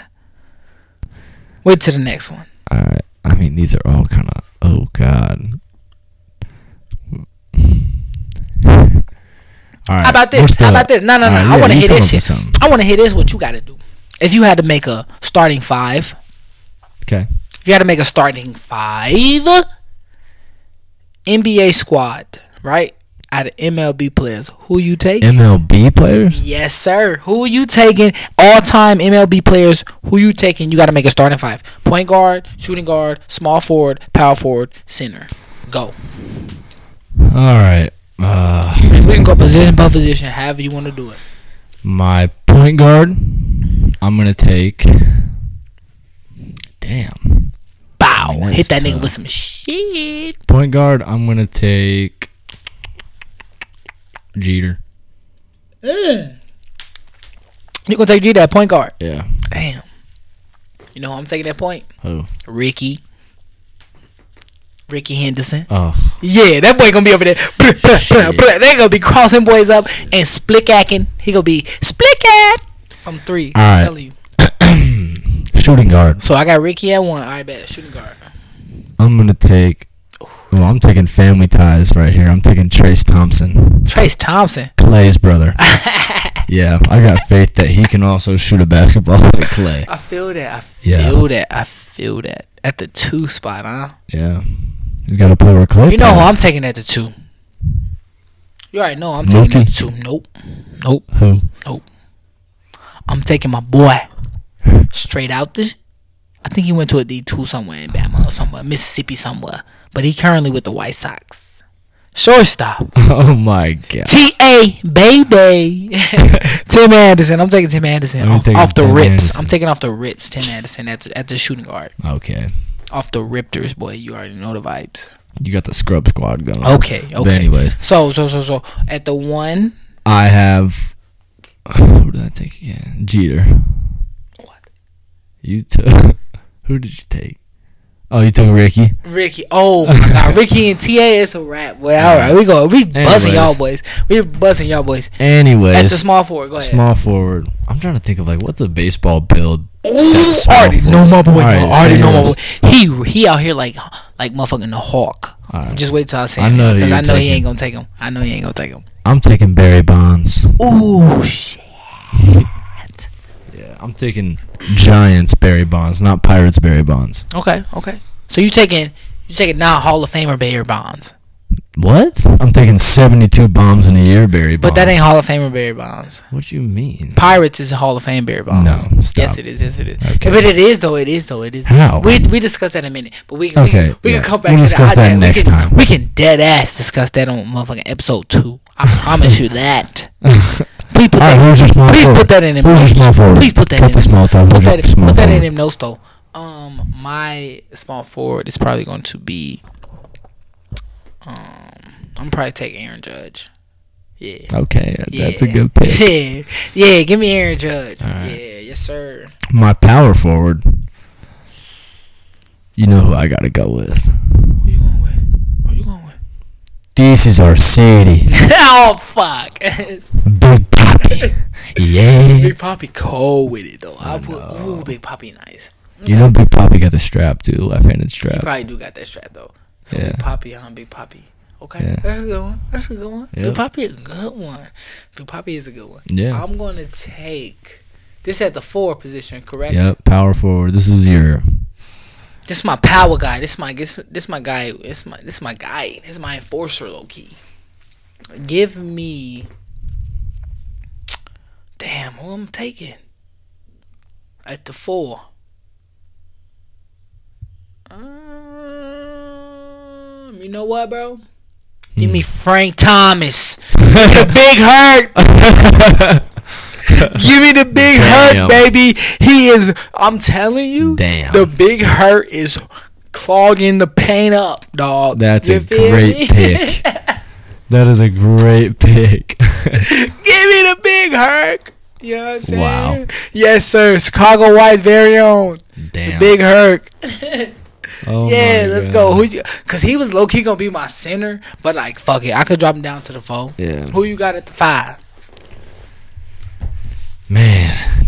A: Wait till the next one.
C: All right. I mean, these are all kind of. Oh God. All right.
A: How about
C: we're
A: this?
C: still
A: How
C: up.
A: about this? No, no,
C: All
A: no.
C: right,
A: I
C: yeah,
A: want to
C: you
A: hear
C: come
A: this
C: up
A: shit.
C: with something.
A: I want to hear this. What you got to do? If you had to make a starting five,
C: Okay.
A: If you had to make a starting five NBA squad, right? Out of MLB players, who you taking?
C: MLB players.
A: yes, sir. Who you taking? All time MLB players, who you taking? You got to make a starting five. Point guard, shooting guard, small forward, power forward, center. Go.
C: All right. Uh,
A: We can go position by position, however you want to do it.
C: my point guard. I'm gonna take. Damn.
A: Bow.
C: Man, that's
A: Hit that nigga
C: tough.
A: with some shit.
C: Point guard. I'm gonna take. Jeter.
A: You gonna take G that point guard?
C: Yeah.
A: Damn. You know who I'm taking that point?
C: Who?
A: Ricky. Ricky Henderson. [clears throat]
C: Oh.
A: Yeah, that boy gonna be over [laughs] there. Blah, blah, blah, blah. They gonna be crossing boys up and split acting. He gonna be split act from three.
C: All
A: I'm
C: right.
A: telling you.
C: Shooting guard.
A: So I got Ricky at one. All right, bet shooting guard.
C: I'm gonna take. Well, I'm taking family ties right here. I'm taking Trace Thompson.
A: Trace Thompson. [laughs]
C: Clay's brother. yeah, I got faith that he can also shoot a basketball [laughs] like Clay.
A: I feel that. I feel
C: Yeah.
A: that. I feel that. At the two spot, huh?
C: Yeah, he's got to play where Clay.
A: You know who I'm
C: plays.
A: taking at the two. You already know I'm taking at the two. Nope. Nope.
C: who? [laughs]
A: I'm taking my boy straight out this. I think he went to a D two somewhere in Bama or somewhere, Mississippi somewhere. But he currently with the White Sox. Shortstop.
C: [laughs] Oh my god.
A: T A baby. [laughs] Tim Anderson. I'm taking Tim Anderson
C: I'm
A: off,
C: taking
A: off the
C: Tim
A: rips.
C: Anderson.
A: I'm taking off the rips. Tim Anderson at the, at the shooting guard.
C: Okay,
A: Off the Raptors, boy. You already know the vibes.
C: you got the scrub squad going.
A: Okay. Okay.
C: But anyways,
A: So so so so at the one.
C: I have. Who did I take again? Jeter.
A: What?
C: You took. [laughs] Who did you take? Oh, you took Ricky.
A: Ricky. Oh my god, Ricky and TA is a rap. Boy, all right, we go. We buzzing
C: Anyways.
A: y'all boys. We buzzing y'all boys.
C: Anyways,
A: That's a small forward. Go ahead.
C: small forward. I'm trying to think of like what's a baseball build
A: Ooh, Artie, no
C: Small forward.
A: my boy,
C: All right,
A: no, Artie,
C: say
A: no my boy.
C: yours.
A: He he out here like like motherfucking the hawk.
C: All right.
A: Just wait till I say
C: I
A: him,
C: know who
A: because
C: you're
A: I know he
C: taking.
A: ain't gonna take him. I know he ain't gonna take him.
C: I'm taking Barry Bonds.
A: Ooh shit.
C: Yeah, I'm taking Giants Barry Bonds, not Pirates Barry Bonds.
A: Okay, okay. So you taking you taking now Hall of Famer Barry Bonds,
C: What? I'm taking 72 bombs in a year Barry Bonds.
A: but that ain't Hall of Famer Barry Bonds.
C: What you mean?
A: Pirates is a Hall of Fame Barry Bonds.
C: No, stop.
A: Yes,
C: [laughs]
A: it is. Yes, it is.
C: Okay.
A: But it is though. It is though. It is.
C: How?
A: We we discuss that in a minute. But we
C: Okay,
A: we, we
C: yeah.
A: can come back
C: We'll
A: to
C: discuss
A: that, I-
C: that
A: we
C: next
A: can-
C: time.
A: We can dead ass discuss that on motherfucking episode two. I promise you that. Please put
C: All right,
A: that.
C: who's your small
A: please
C: forward?
A: put that in them
C: Who's your small
A: notes.
C: forward?
A: Please put that
C: Cut
A: in
C: the
A: them
C: small talk.
A: Put
C: Who's your
A: that, in-
C: small
A: put that in
C: forward?
A: them notes though. Um, my small forward is probably going to be. Um, I'm probably taking Aaron Judge. Yeah.
C: Okay,
A: Yeah.
C: that's a good pick.
A: [laughs] Yeah, yeah. Give me Aaron Judge.
C: All right.
A: Yeah, yes sir.
C: My power forward. You know who I gotta go with.
A: Who you going with? Who you going with?
C: This is our city,
A: [laughs] oh [laughs] fuck!
C: Big Poppy. Yeah.
A: Big Poppy cold with it though. I put ooh Big Poppy nice.
C: You know Big Poppy got the strap too, the left-handed
A: He
C: strap.
A: probably do got that strap though. So
C: Yeah.
A: Big Poppy, huh? Big Poppy. Okay,
C: Yeah.
A: that's a good one. That's a good one.
C: Yeah.
A: Big Poppy is a good one. Big Poppy is a good one.
C: Yeah.
A: I'm gonna take this at the four position, correct?
C: Yep. Power forward. This is
A: [laughs]
C: your.
A: This my power guy. This my this, this my guy. This my this my guy. This my enforcer, low key. Give me. Damn, who I'm taking? At the four. Um, you know what, bro? Give
C: Hmm.
A: me Frank Thomas. the big hurt.
C: [laughs]
A: Give me the big
C: Damn.
A: hurt, baby. He is. I'm telling you,
C: Damn.
A: the big hurt is clogging the paint up, dog.
C: That's
A: You
C: a
A: feel
C: great
A: me?
C: pick. That is a great
A: [laughs]
C: pick.
A: Give me the big hurt. You know what I'm saying?
C: Wow.
A: Yes, sir. Chicago White's very own.
C: Damn.
A: Big Herc.
C: Oh
A: yeah,
C: my
A: let's
C: God.
A: go. Who you, Cause he was low key gonna be my center, but like fuck it. I could drop him down to the four.
C: Yeah.
A: Who you got at the five?
C: Man,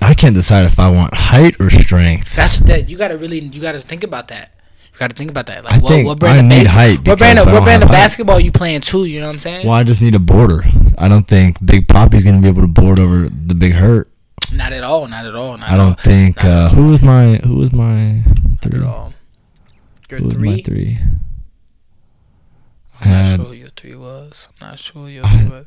C: I can't decide if I want height or strength.
A: That's that you gotta really you gotta think about that. You gotta think about that. Like
C: I
A: what,
C: think
A: what brand
C: I
A: of
C: need
A: bas-
C: height
A: What
C: because
A: brand
C: I
A: of
C: don't
A: what brand
C: have
A: of
C: height.
A: basketball you playing too, you know what I'm saying?
C: Well, I just need a border. I don't think Big Poppy's gonna be able to board over the Big Hurt.
A: Not at all, not at all, not
C: I don't
A: at all.
C: think. Uh, who was my Who was my three?
A: Not at all. Your
C: Who was my
A: three?
C: three? Uh, I
A: I'm not
C: had
A: sure who your three was. I'm not sure who your three was.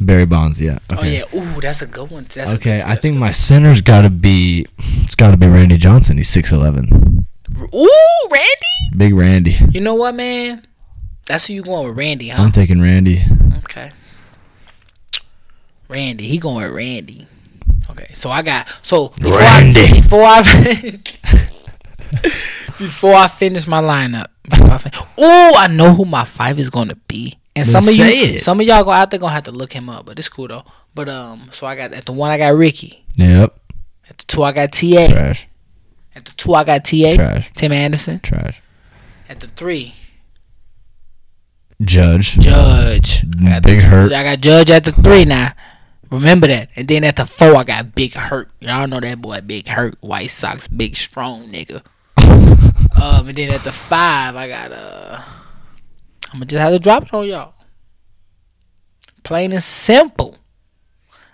C: Barry Bonds. Yeah. Okay.
A: Oh yeah. Ooh, that's a good one. That's A
C: Okay,
A: good
C: I think my center's got to be it's got to be Randy Johnson. He's six eleven,
A: Ooh, Randy.
C: big Randy.
A: You know what, man? That's who you going with, Randy, huh?
C: I'm taking Randy.
A: Okay. Randy, he going with Randy. Okay, so I got so before I
C: Randy.
A: before I [laughs] before I finish my lineup. Before I fin- Ooh, I know who my five is going to be, and
C: Then
A: some of you,
C: say it.
A: some of y'all go out there gonna have to look him up, but it's cool though. But um, so I got at the one I got Ricky,
C: Yep,
A: at the two I got Ta,
C: trash,
A: at the two I got Ta,
C: trash,
A: Tim Anderson,
C: trash.
A: at the three
C: Judge,
A: Judge.
C: big hurt.
A: I got Judge at the three now. Remember that. And then at the four, I got Big Hurt. Y'all know that boy, Big Hurt. White Sox, big strong
C: [laughs]
A: nigga. um, and then at the five, I got uh, I'm gonna just have to drop it on y'all. Plain and simple.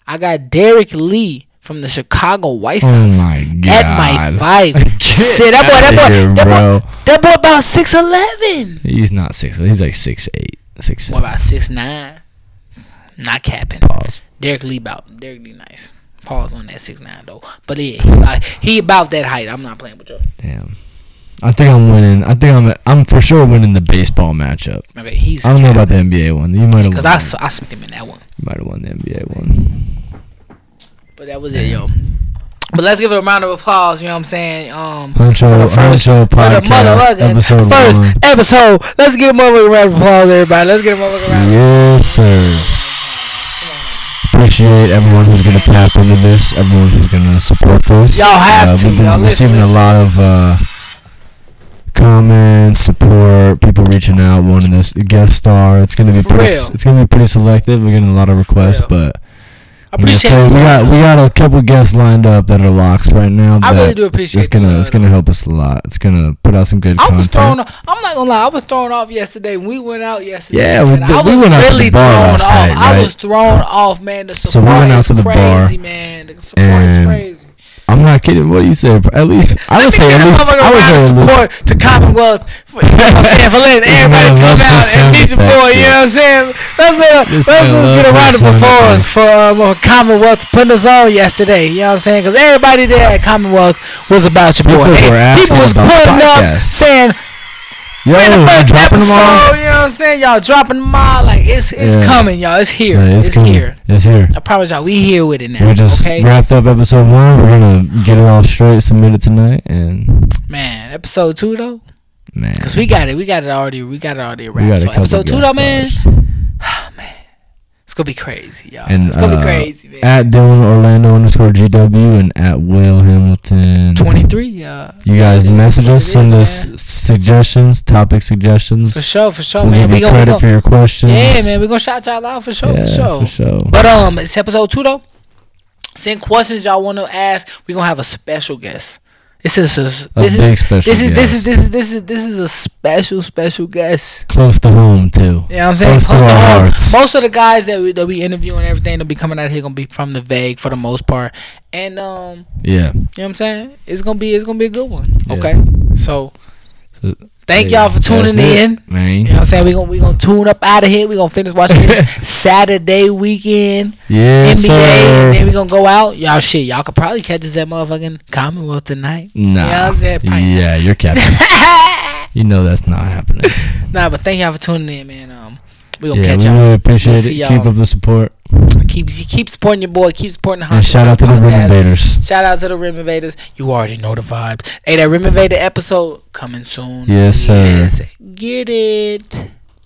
A: I got Derek Lee from the Chicago White
C: Oh
A: Sox
C: my god!
A: at my
C: [laughs]
A: five.
C: Get
A: Shit, that boy, that
C: outta
A: boy,
C: here,
A: that
C: bro.
A: boy, that boy about six eleven.
C: He's not six. He's like six eight, six
A: What
C: seven.
A: about six nine? Not capping.
C: Pause.
A: Derek Lee about Derek Lee nice. Pause on that six nine though. But yeah, he about, he about that height. I'm not playing with you.
C: Damn. I think I'm winning. I think I'm. I'm for sure winning the baseball matchup.
A: Okay, he's
C: I don't know about the NBA one. You might have.
A: because I
C: won.
A: s- I smacked him in that one.
C: You might have won the NBA one.
A: But that was it, yo. But let's give it a round of applause. You know what I'm saying? Um,
C: Huncho, Huncho
A: for the
C: podcast
A: motherfucking
C: episode
A: first
C: one.
A: episode. Let's give him a motherfucking round of applause, everybody. Let's give him a motherfucking round.
C: Yes, sir. Appreciate everyone who's gonna tap into this, everyone who's gonna support this.
A: Y'all have
C: uh,
A: to.
C: We've been
A: Y'all listen,
C: receiving
A: listen.
C: a lot of uh, comments, support, people reaching out, wanting us to guest star. It's gonna be
A: For
C: pretty.
A: real.
C: It's gonna be pretty selective. We're getting a lot of requests,
A: real.
C: but I'm gonna
F: appreciate.
C: say we got we got a couple guests lined up that are locks right now.
F: I
C: that
F: really do appreciate
C: It's gonna
F: the-
C: it's gonna help us a lot. It's gonna put out some good
A: I was
C: content.
A: thrown. off- I'm not gonna lie. I was thrown off yesterday. when We went out yesterday.
C: Yeah, we
A: man.
C: did-
A: I
C: we
A: was
C: went out to the
A: really
C: bar
A: thrown
C: last
A: off.
C: night,
A: I
C: right? Uh,
A: was thrown off, man. The
C: So
A: support
C: we went out
A: is
C: to the bar,
A: crazy, man. The support is
C: and
A: crazy.
C: I'm not kidding. What do you say? At least I
A: [laughs]
C: would say
A: Give that
C: at least
A: motherfucker a
C: I would
A: round of
C: say at least
A: support to Commonwealth. [laughs] For, you know what I'm saying? For letting
C: Yeah,
A: everybody
C: man,
A: come
C: love
A: out and
C: your
A: meet
C: sound
A: your boy. You
C: effect,
A: know what I'm saying? Let's, let,
C: This
A: let's just
C: man
A: get a
C: loves
A: round of
C: your sound
A: applause
C: effect.
A: for um, uh, Commonwealth putting us on yesterday. You know what I'm saying? Because everybody there at Commonwealth was about your boy. Hey,
C: People were asking
A: people was
C: about the
A: putting up,
C: podcast.
A: saying,
C: yo,
A: in the
C: we're
A: first
C: dropping
A: episode,
C: all.
A: Oh. you know what I'm saying? Y'all dropping them all. Like, it's, it's
C: Yeah.
A: coming, y'all. It's here.
C: Yeah,
A: it's
C: it's coming.
A: here.
C: It's here.
A: I promise y'all, we here with it now.
C: We just
A: okay?
C: wrapped up episode one. We're gonna get it all straight, submit it tonight, and
A: Man, episode two, though.
C: man,
A: Cause we got it, we got it already, we got it already
C: we
A: wrapped.
C: got
A: So
C: a couple
A: episode two, though,
C: guest
A: man,
C: stars.
A: it's gonna be crazy, y'all.
C: And
A: it's gonna
C: uh,
A: be crazy, man.
C: at Dylan Orlando underscore GW and at Will Hamilton
A: Twenty three, uh,
C: You guys
A: it
C: message us,
A: is,
C: send
A: man.
C: us suggestions, topic suggestions.
A: for sure, for sure,
C: We'll
A: man.
C: give
A: We
C: you
A: gonna, we
C: credit for
A: gonna
C: your questions.
A: yeah, man. We gonna shout y'all out for sure,
C: Yeah,
A: for sure.
C: for sure.
A: But um, it's episode two though. Send questions y'all want to ask. We gonna have a special guest. This is a, this
C: A
A: is
C: big special
A: this is this is this is this is this is a special special guest.
C: Close to home too.
A: Yeah, I'm saying
C: Close to
A: close to
C: our
A: home.
C: hearts.
A: Most of the guys that we that we interview and everything that be coming out here gonna be from the vague for the most part, and um.
C: Yeah.
A: You know what I'm saying? It's gonna be it's gonna be a good one.
C: Yeah.
A: Okay. So
C: So,
A: thank
C: yeah,
A: y'all for tuning
C: that's it,
A: in.
C: Man.
A: You know what I'm saying? We're gonna we gonna tune up out of here. We're gonna finish watching this
C: [laughs]
A: Saturday weekend
C: Yes,
A: NBA
C: sir.
A: and then we're gonna go out. Y'all shit, y'all could probably catch us at motherfucking Commonwealth
C: [laughs]
A: tonight.
C: Nah.
A: You know what I'm saying? Probably not.
C: yeah, you're capping. you know that's not happening.
A: Nah, but thank y'all for tuning in, man. Um we're gonna
C: yeah,
A: catch
C: we
A: y'all.
C: really
A: We'll
C: appreciate
A: see
C: it.
A: y'all.
C: Keep up the support.
A: Keep keep supporting your boy, keep supporting the
C: And
A: Hunter.
C: shout out to the
A: Podcast.
C: Ribbon Invaders.
A: Shout out to the Rim Invaders. You already know the vibes. Hey, that Rim Invader episode coming soon.
C: Yes, sir.
A: Get it.